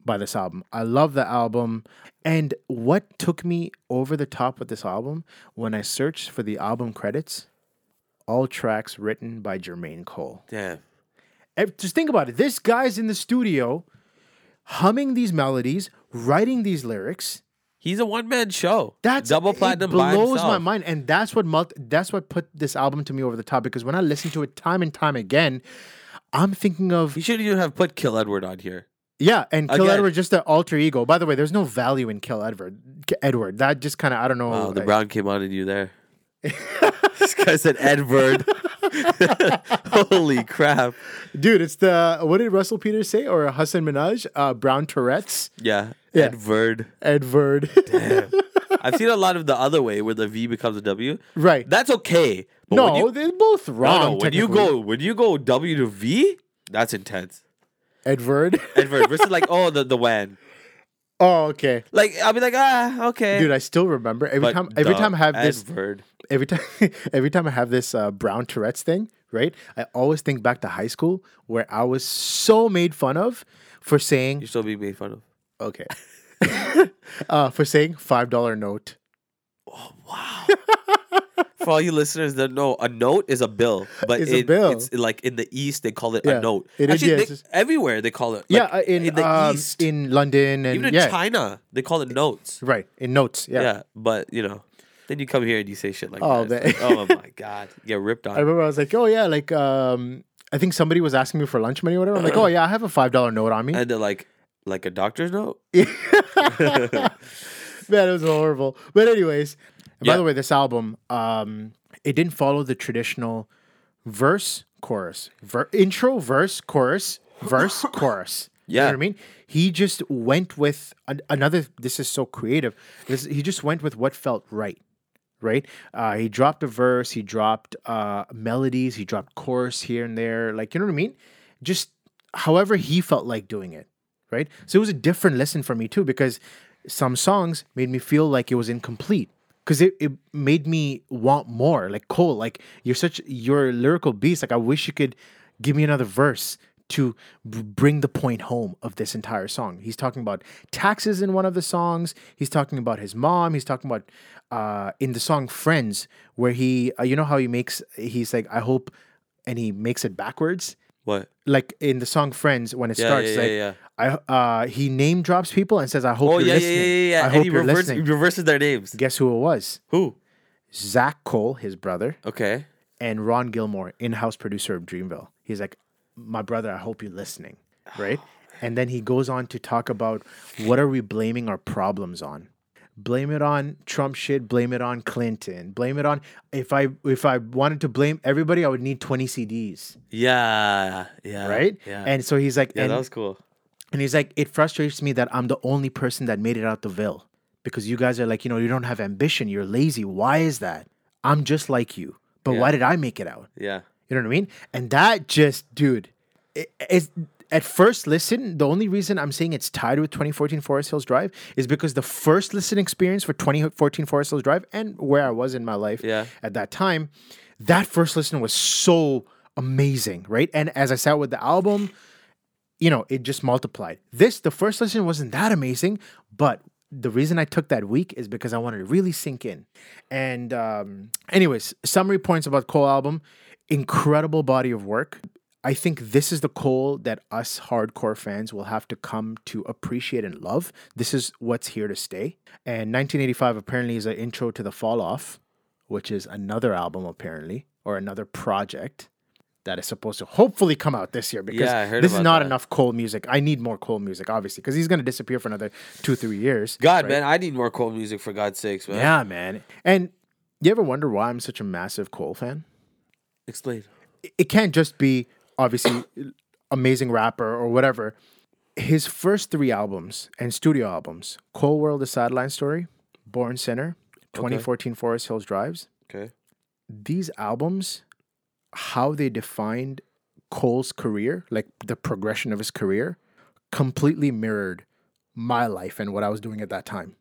E: by this album. I love the album. And what took me over the top with this album when I searched for the album credits, all tracks written by Jermaine Cole.
F: Damn.
E: Ev- Just think about it. This guy's in the studio humming these melodies, writing these lyrics.
F: He's a one man show.
E: That's
F: double
E: it
F: platinum by
E: blows
F: himself.
E: my mind, and that's what multi, that's what put this album to me over the top. Because when I listen to it time and time again, I'm thinking of
F: He shouldn't even have put Kill Edward on here.
E: yeah, and Kill
F: Again.
E: Edward just the alter ego. By the way, there's no value in Kill Edward. K- Edward, that just kind of Oh, I don't know.
F: Wow, the
E: like-
F: brown came on in you there. this guy said Edward. Holy crap.
E: dude, it's the what did Russell Peters say or Hassan Minaj? Uh, brown Tourette's
F: Yeah.
E: Yeah.
F: Edward.
E: Edward.
F: I've seen a lot of the other way where the V becomes a W.
E: Right.
F: That's okay. But when
E: no,
F: you-
E: they're both wrong.
F: No, no. When you
E: technically.
F: go when you go W to V, that's intense.
E: Edward.
F: Edward versus like oh the the when.
E: oh, okay,
F: Like I'll be like ah okay.
E: dude, I still remember every
F: But
E: time. Every
F: the
E: time I have this.
F: Edward.
E: every time every time I have this uh, brown Tourette's thing, right? I always think back to high school where I was so made fun of for
F: You're
E: saying
F: still being made fun of.
E: okay, uh, for saying five dollar note.
F: For all you listeners that know, a note is a bill, but
E: It's a
F: it-
E: bill.
F: it's like in the East they call it
E: Yeah,
F: a note.
E: it is,
F: Actually,
E: yeah,
F: they-
E: it's just-
F: everywhere they call it.
E: yeah,
F: like,
E: uh, in,
F: the
E: um,
F: East,
E: in London and
F: even in
E: yeah,
F: China they call it notes.
E: right in notes. Yeah.
F: Yeah. but you know, then you come here and you say shit like
E: Oh,
F: that. It's
E: man.
F: like, oh my god, you get ripped on.
E: I remember I was like, oh yeah, like um, I think somebody was asking me for lunch money or whatever. I'm like, oh yeah, I have a five dollar note on me.
F: and they're like, like a doctor's note.
E: Man, it was horrible. But anyways, and by
F: Yeah.
E: the way, this album, um, it didn't follow the traditional verse, chorus, ver- intro, verse, chorus, verse, chorus. You know
F: Yeah.
E: what I mean? He just went with an- another. This is so creative. This, he just went with what felt right. Right, uh, he dropped a verse, he dropped uh, melodies, he dropped chorus here and there, like you know what I mean. Just however he felt like doing it right? So it was a different lesson for me too because some songs made me feel like it was incomplete because it, it made me want more. Like Cole, like you're such you're a lyrical beast. Like I wish you could give me another verse to b- bring the point home of this entire song. He's talking about taxes in one of the songs. He's talking about his mom. He's talking about uh, in the song "Friends," where he uh, you know how he makes he's like I hope, and he makes it backwards.
F: What?
E: Like in the song "Friends," when it
F: Yeah,
E: starts,
F: yeah,
E: like
F: yeah,
E: I uh, he name drops people and says, "I hope
F: Oh
E: you're
F: yeah, yeah,
E: listening."
F: yeah, yeah, yeah.
E: I
F: and
E: hope
F: he
E: you're
F: reverse,
E: listening.
F: reverses their names.
E: Guess who it was?
F: Who?
E: Zach Cole, his brother,
F: Okay.
E: and Ron Gilmore, in-house producer of Dreamville. He's like, "My brother, I hope you're listening."
F: Oh,
E: Right? and then he goes on to talk about what are we blaming our problems on? Blame it on Trump shit, blame it on Clinton, blame it on if I if I wanted to blame everybody, I would need 20 CDs,
F: Yeah. Yeah.
E: right?
F: Yeah.
E: And so he's like
F: yeah,
E: and,
F: that was cool.
E: and he's like, it frustrates me that I'm the only person that made it out the Ville because you guys are like, you know, you don't have ambition. You're lazy. Why is that? I'm just like you. But why did I make it out?
F: Yeah.
E: You know what I mean? And that just, dude, it, it's at first listen. The only reason I'm saying it's tied with 2014 Forest Hills Drive is because the first listen experience for 2014 Forest Hills Drive and where I was in my life
F: Yeah.
E: at that time, that first listen was so amazing, right? And as I sat with the album, you know, it just multiplied. This, the first listen wasn't that amazing, but the reason I took that week is because I wanted to really sink in. And, um, anyways, summary points about Cole album incredible body of work. I think this is the Cole that us hardcore fans will have to come to appreciate and love. This is what's here to stay. And 1985 apparently is an intro to The Fall Off, which is another album apparently, or another project that is supposed to hopefully come out this year because
F: Yeah, I heard
E: this is
F: about
E: not
F: that.
E: enough Cole music. I need more Cole music, obviously, because he's going to disappear for another two, three years.
F: God, man, I need more cool music for God's sakes, man.
E: Yeah, man. And you ever wonder why I'm such a massive Cole fan?
F: Explain.
E: it can't just be obviously amazing rapper or whatever. His first three albums and studio albums, Cold World, The Sideline Story, Born Sinner, 2014 Forest Hills Drives,
F: Okay.
E: these albums, how they defined Cole's career, like the progression of his career, completely mirrored my life and what I was doing at that time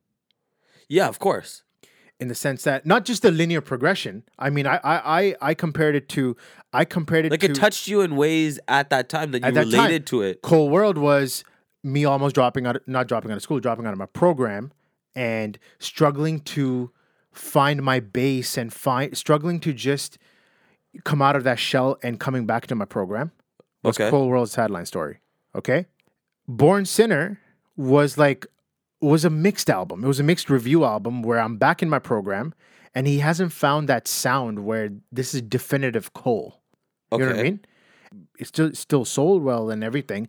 F: Yeah, of course.
E: in the sense that not just the linear progression. I mean, I I I, I compared it to I compared it
F: Like
E: to
F: it touched you in ways at that time that you
E: at that
F: related
E: time,
F: to it.
E: Cole World was me almost dropping out, not dropping out of school, dropping out of my program, and struggling to find my base and find struggling to just come out of that shell and coming back to my program. Was
F: Okay.
E: Cole World's headline story. Okay, Born Sinner was like was a mixed album. It was a mixed review album where I'm back in my program, and he hasn't found that sound where this is definitive Cole. You
F: Okay.
E: know what I mean? It still still sold well and everything.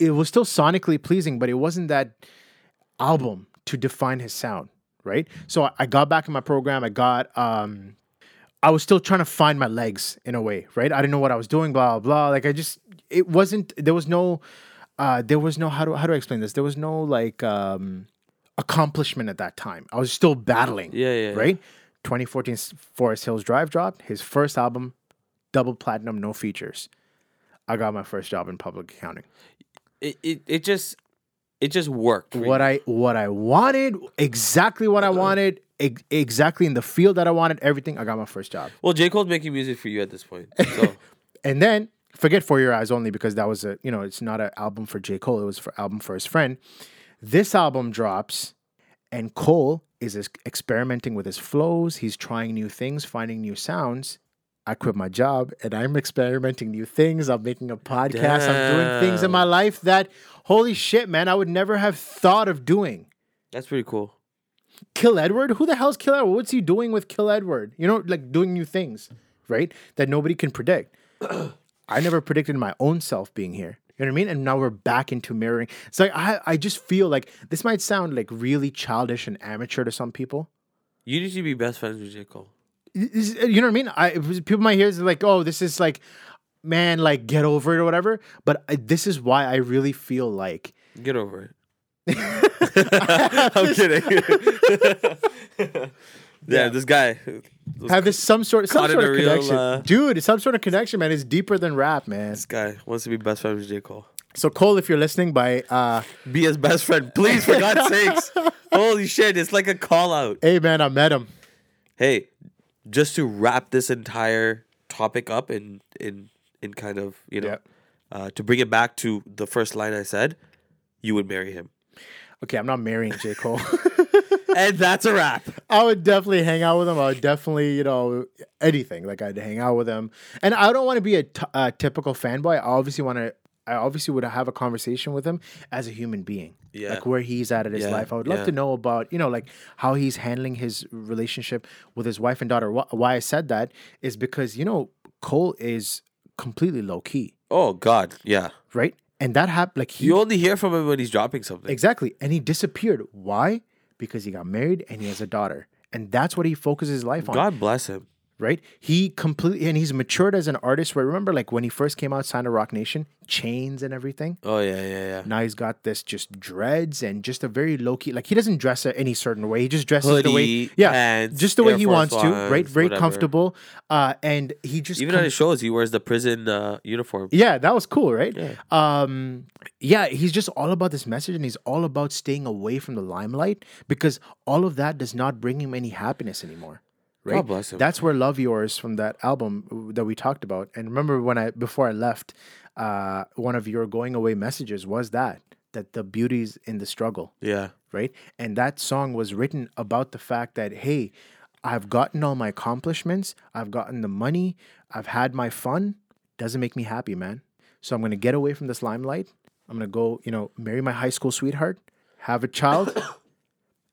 E: It was still sonically pleasing, but it wasn't that album to define his sound, right? So I, I got back in my program. I got um I was still trying to find my legs in a way, right? I didn't know what I was doing, blah blah. blah. Like I just it wasn't there was no uh there was no how do how do I explain this? There was no like um accomplishment at that time. I was still battling.
F: Yeah, yeah, yeah.
E: Right? 2014 Forest Hills Drive dropped his first album, double platinum, no features. I got my first job in public accounting.
F: It, it it just it just worked. for you.
E: What I what I wanted, exactly what I wanted, ex- exactly in the field that I wanted, everything. I got my first job.
F: Well, J. Cole's making music for you at this point. So
E: and then forget for your eyes only because that was a you know it's not an album for j cole it was for album for his friend this album drops and cole is ex- experimenting with his flows he's trying new things finding new sounds i quit my job and i'm experimenting new things i'm making a podcast i'm doing things in my life that holy shit man i would never have thought of doing
F: that's pretty cool.
E: Kill Edward? Who the hell's Kill Edward? What's he doing with Kill Edward? You know, like doing new things, right? That nobody can predict. I never predicted my own self being here. You know what I mean? And now we're back into mirroring. It's like I, I just feel like this might sound like really childish and amateur to some people.
F: You need to be best friends with J. Cole.
E: Is- uh, You know what I mean? I people might hear this like, oh, this is like, man, like get over it or whatever. But I, this is why I really feel like
F: Get over it. I'm kidding. yeah, this guy. This
E: have this some sort some
F: caught in
E: sort of
F: a real,
E: connection,
F: uh,
E: dude. It's some sort of connection, man. It's deeper than rap, man.
F: guy wants to be best friends with J. Cole.
E: So Cole, if you're listening, by uh,
F: Be his best friend, please, for God's sakes. Holy shit, it's like a call out.
E: hey man, I met him.
F: hey, just to wrap this entire topic up in in in kind of you know,
E: Yeah.
F: uh, to bring it back to the first line I said, you would marry him,
E: Okay, I'm not marrying J. Cole.
F: and that's a wrap.
E: I would definitely hang out with him. I would definitely, you know, anything. Like I'd hang out with him, and I don't want to be a t- a typical fanboy. I obviously want to. I obviously would have a conversation with him as a human being,
F: Yeah.
E: like where he's at in his
F: Yeah,
E: life. I would love
F: yeah.
E: to know about, you know, like how he's handling his relationship with his wife and daughter. Wh- Why I said that is because you know Cole is completely low key,
F: Oh God, yeah.
E: right? And that happened like he
F: You only hear from him when he's dropping something.
E: Exactly. And he disappeared. Why? Because he got married and he has a daughter. And that's what he focuses his life on.
F: God bless him.
E: Right? He completely and he's matured as an artist where remember like when he first came out signed to Rock Nation, chains and everything.
F: Oh yeah, yeah, yeah.
E: Now he's got this just dreads and just a very low key like he doesn't dress a- any certain way. He just dresses the way
F: Hoodie,
E: yeah,
F: pants,
E: just the way
F: Air
E: he
F: Force
E: wants to, right?
F: Ones,
E: Very
F: whatever.
E: comfortable. Uh and he just
F: Even
E: com-
F: on his shows, he wears the prison uh, uniform.
E: yeah, that was cool, right? Yeah. Um, yeah, he's just all about this message and he's all about staying away from the limelight because all of that does not bring him any happiness anymore. Right?
F: God bless him.
E: That's where Love Yours from that album uh, that we talked about. And remember when I before I left, uh, one of your going away messages was that that the beauty's in the struggle
F: Yeah.
E: right? And that song was written about the fact that, hey, I've gotten all my accomplishments, I've gotten the money, I've had my fun. Doesn't make me happy, man. So I'm gonna get away from this limelight. I'm gonna go, you know, marry my high school sweetheart, have a child,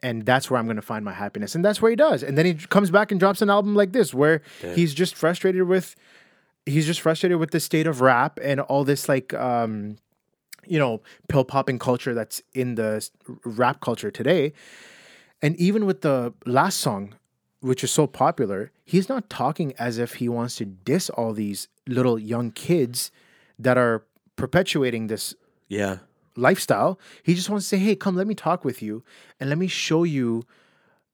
E: and that's where I'm gonna find my happiness. And that's where he does. And then he comes back and drops an album like this, where he's just frustrated with he's just frustrated with the state of rap and all this like um you know pill popping culture that's in the s- r- rap culture today and even with the last song which is so popular he's not talking as if he wants to diss all these little young kids that are perpetuating this
F: Yeah.
E: lifestyle he just wants to say hey come let me talk with you and let me show you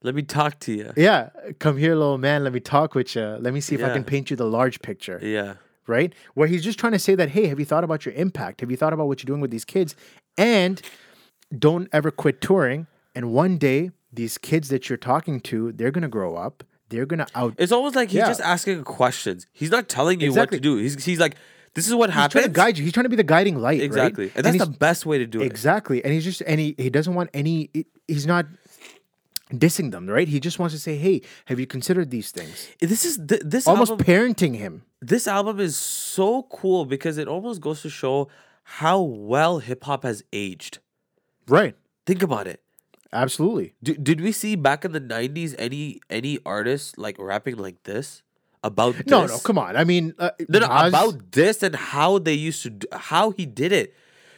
F: Let me talk to you.
E: yeah come here little man let me talk with you let me see if i
F: Yeah.
E: can paint you the large picture
F: Yeah.
E: right? Where he's just trying to say that, hey, have you thought about your impact? Have you thought about what you're doing with these kids? And don't ever quit touring. And one day, these kids that you're talking to, they're gonna grow up. They're gonna out.
F: It's almost like he's
E: Yeah.
F: just asking questions. He's not telling you
E: Exactly.
F: what to do. He's, he's like, this is what
E: He's trying to
F: happened.
E: guide you. He's trying to be the guiding light. right?
F: Exactly. And that's
E: he's-
F: the best way to do it.
E: Exactly. And he's just and he, he doesn't want any he- he's not dissing them, right? He just wants to say, "Hey, have you considered these things?"
F: This is th- this
E: Almost
F: album,
E: parenting him.
F: this album is so cool because it almost goes to show how well hip hop has aged.
E: Right.
F: Think about it.
E: Absolutely.
F: D- did we see back in the 90s any any artists like rapping like this about this?
E: No, no, come on. I mean, uh,
F: No, no,
E: Nas-
F: about this and how they used to, do, how he did it,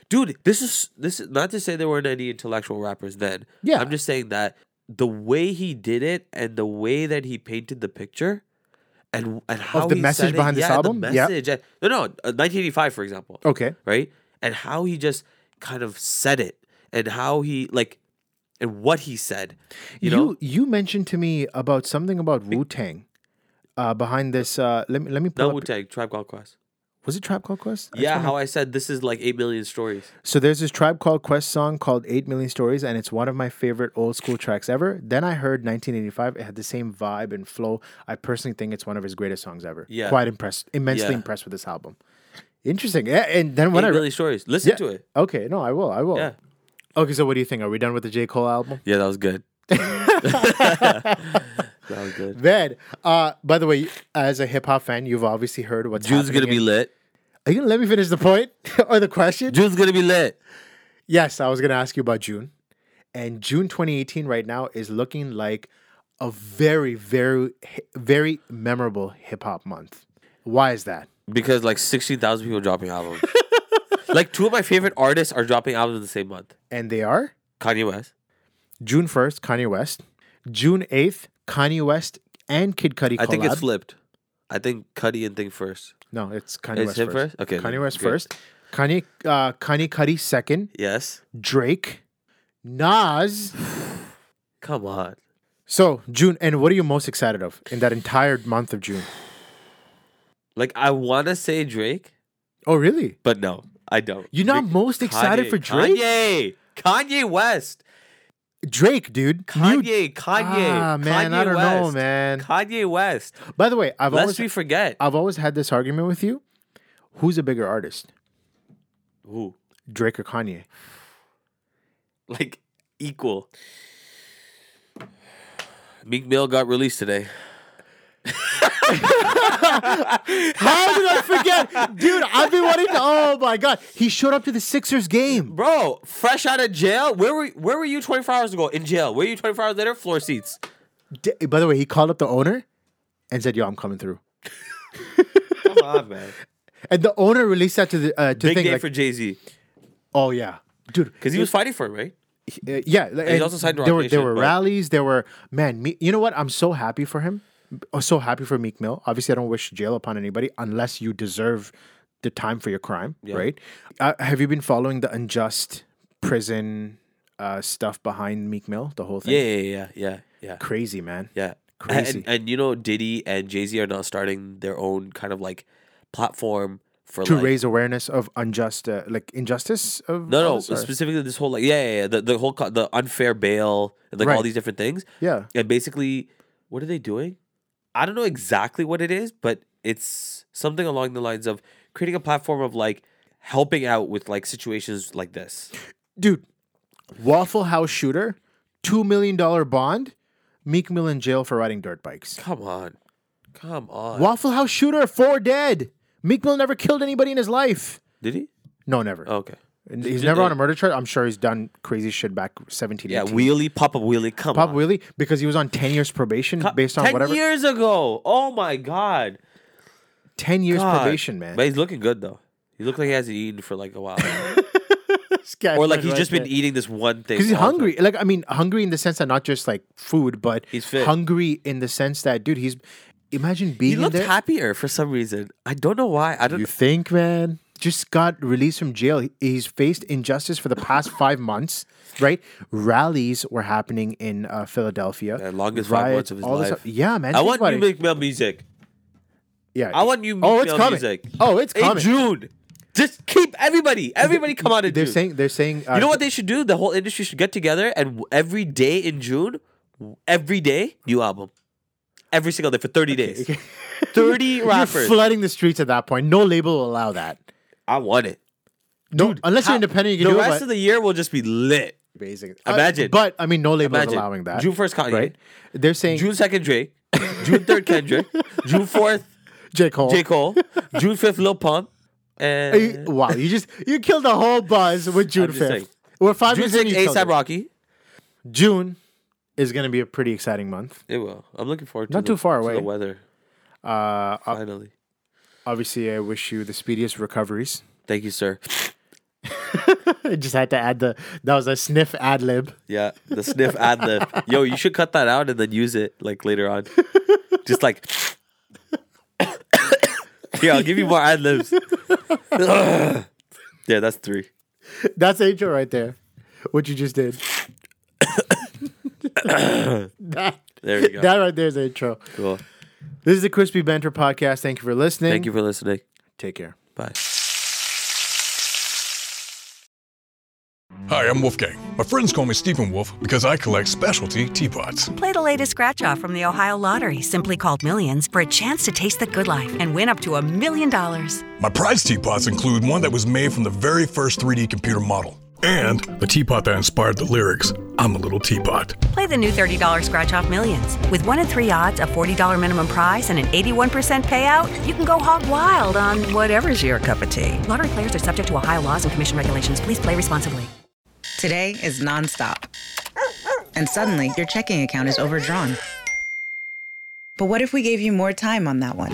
F: dude. This is this is not to say there weren't any intellectual rappers then.
E: Yeah.
F: I'm just saying that the way he did it and the way that he painted the picture, and and how
E: the
F: he
E: message
F: said it-
E: behind this
F: yeah,
E: album?
F: the
E: Yeah.
F: message, and- no, no, uh, 1985 for example,
E: Okay.
F: right, and how he just kind of said it and how he like and what he said, you,
E: You
F: know,
E: you, mentioned to me about something about Wu Tang uh, behind this. Uh, let me let me pull
F: not
E: up.
F: Wu Tang, Tribe Called Quest.
E: Was it Tribe Called Quest? I just
F: Yeah,
E: wanna-
F: how I said this is like eight million stories.
E: So there's this Tribe Called Quest song called Eight Million Stories, and it's one of my favorite old school tracks ever. Then I heard 1985. It had the same vibe and flow. I personally think it's one of his greatest songs ever.
F: Yeah.
E: Quite impressed, immensely
F: Yeah.
E: impressed with this album. Interesting. Yeah. And then
F: Eight
E: when I re-
F: million stories. Listen
E: Yeah.
F: to it.
E: Okay. No, I will. I will.
F: Yeah.
E: Okay. So what do you think? Are we done with the J Cole album?
F: Yeah, that was good. that was good.
E: Bad. Uh, by the way, as a hip hop fan, you've obviously heard what's
F: June's
E: happening
F: gonna be
E: in-
F: lit.
E: Are you gonna let me finish the point or the question?
F: June's gonna be lit.
E: Yes, I was gonna ask you about June, and June 2018 right now is looking like a very, very, hi- very memorable hip hop month. Why is that?
F: Because like sixteen thousand people dropping albums. like two of my favorite artists are dropping albums in the same month.
E: And they are
F: Kanye West.
E: June 1st, Kanye West. June 8th, Kanye West and Kid Cudi.
F: I think it's
E: collab.
F: flipped. I think Cuddy and Thing first.
E: no, it's Kanye
F: It's
E: West
F: him
E: first.
F: first? Okay,
E: Kanye
F: then,
E: West
F: great.
E: first. Kanye, uh, Kanye Cudi second.
F: Yes.
E: Drake, Nas.
F: Come on.
E: So June, and what are you most excited of in that entire month of June?
F: Like I wanna say Drake,
E: Oh, really?
F: but no, I don't.
E: You're not
F: Be-
E: most excited for Drake?
F: Kanye. Kanye West.
E: Drake, dude. New-
F: Kanye, Kanye,
E: Ah, man,
F: Kanye
E: I don't know,
F: West,
E: man.
F: Kanye West.
E: By the way, I've
F: Lest
E: always
F: we forget
E: I've always had this argument with you. Who's a bigger artist,
F: who,
E: Drake or Kanye?
F: like equal. Meek Mill got released today.
E: How did I forget, dude? I've been wanting to. Oh my god, he showed up to the Sixers game.
F: Bro, fresh out of jail. Where were where were you 24 hours ago? In jail. Where were you 24 hours later? Floor seats.
E: D- By the way, he called up the owner and said, "Yo, I'm coming through."
F: Come on, man.
E: And the owner released that to the uh, to
F: Big
E: thing
F: day
E: like,
F: for Jay Z
E: "Oh yeah, dude."
F: because he was fighting for it, right?
E: Uh, yeah, like,
F: he's
E: and
F: also signed to
E: there were
F: Roc
E: there
F: Nation,
E: were
F: but-
E: rallies. There were man. Me, you know what? I'm so happy for him. I'm so happy for Meek Mill. Obviously, I don't wish jail upon anybody unless you deserve the time for your crime, right? Uh, have you been following the unjust prison uh, stuff behind Meek Mill? The whole thing.
F: Yeah, yeah, yeah, yeah, yeah.
E: Crazy man.
F: Yeah.
E: Crazy.
F: And, and you know, Diddy and Jay Z are now starting their own kind of like platform for
E: To
F: like,
E: raise awareness of unjust, uh, like injustice of
F: No, no,
E: others, or-
F: specifically this whole like yeah, yeah, yeah the, the whole co- the unfair bail and like all
E: Right.
F: these different things.
E: Yeah.
F: And basically, what are they doing? I don't know exactly what it is, but it's something along the lines of creating a platform of like helping out with like situations like this.
E: dude. Waffle House shooter, two million dollar bond. Meek Mill in jail for riding dirt bikes.
F: Come on. Come on.
E: Waffle House shooter, four dead. Meek Mill never killed anybody in his life.
F: Did he?
E: No, never.
F: Okay.
E: And he's never on a murder charge. I'm sure he's done crazy shit back 17,
F: Yeah,
E: 18.
F: wheelie, pop a wheelie, come
E: Pop
F: on.
E: Willie, because he was on 10 years probation based on
F: 10
E: whatever.
F: years ago. Oh my god.
E: 10 years
F: God.
E: probation, man.
F: But he's looking good though. He looked like he hasn't eaten for like a while.
E: This guy
F: or like
E: went
F: he's
E: right
F: just been
E: there.
F: eating this one thing.
E: Because he's
F: all the time.
E: hungry. Like I mean, hungry in the sense that not just like food, but
F: He's fit.
E: hungry in the sense that dude, he's imagine being
F: He
E: in
F: looked
E: there.
F: happier for some reason. I don't know why. I don't.
E: You think, man? Just got released from jail. He- He's faced injustice for the past five months, right? Rallies were happening in uh, Philadelphia.
F: Yeah, longest five
E: Riots,
F: months of his
E: all this
F: life.
E: stuff. Yeah, man.
F: I
E: think
F: want
E: about
F: new
E: it.
F: Meek Mill music.
E: Yeah,
F: I want new Meek
E: Oh, it's
F: Mill
E: coming.
F: music.
E: Oh, it's
F: In
E: coming.
F: June. Just keep everybody. Everybody come out in
E: They're
F: June.
E: saying they're saying. Uh,
F: you know what they should do? The whole industry should get together and w- every day in June, w- every day, new album. Every single day for 30 days. 30
E: You're
F: rappers.
E: flooding the streets at that point. No label will allow that.
F: I want it.
E: No, unless you're independent, you can
F: the
E: do
F: rest
E: it.
F: of the year will just be lit.
E: but- Amazing.
F: Imagine.
E: but I mean, no label is
F: Imagine.
E: allowing that.
F: June 1st, Kanye.
E: right? They're saying
F: June 2nd, Drake. June 3rd, Kendrick. June 4th,
E: J Cole.
F: J. Cole. June 5th, Lil Pump.
E: Are you-
F: And
E: wow, you just you killed the whole buzz with June
F: just saying.
E: fifth. We're five
F: June
E: minutes in.
F: 6th,
E: you killed
F: ASAP
E: it.
F: Rocky.
E: June is going to be a pretty exciting month.
F: It will. I'm looking forward to
E: Not
F: the-
E: too far
F: to
E: away.
F: the weather.
E: Uh, ob-
F: Finally.
E: obviously, I wish you the speediest recoveries.
F: Thank you, sir.
E: I just had to add the that was a sniff ad lib.
F: Yeah, the sniff ad lib. Yo, you should cut that out and then use it like later on. Just like. Here, I'll give you more ad libs. yeah, that's three.
E: That's Angel right there. What you just did. that,
F: There you go.
E: that right there is the intro.
F: Cool.
E: This is the Crispy Banter Podcast. Thank you for listening.
F: Thank you for listening.
E: Take care.
F: Bye.
A: Hi, I'm Wolfgang. My friends call me Stephen Wolf because I collect specialty teapots.
B: Play the latest scratch off from the Ohio Lottery, simply called Millions, for a chance to taste the good life and win up to a million dollars.
A: My prize teapots include one that was made from the very first 3D computer model and the teapot that inspired the lyrics I'm a Little Teapot.
B: Play the new $30 scratch off Millions. With one in three odds, a $40 minimum prize, and an 81% payout, you can go hog wild on whatever's your cup of tea. Lottery players are subject to Ohio laws and commission regulations. Please play responsibly.
G: Today is nonstop. And suddenly, your checking account is overdrawn. But what if we gave you more time on that one?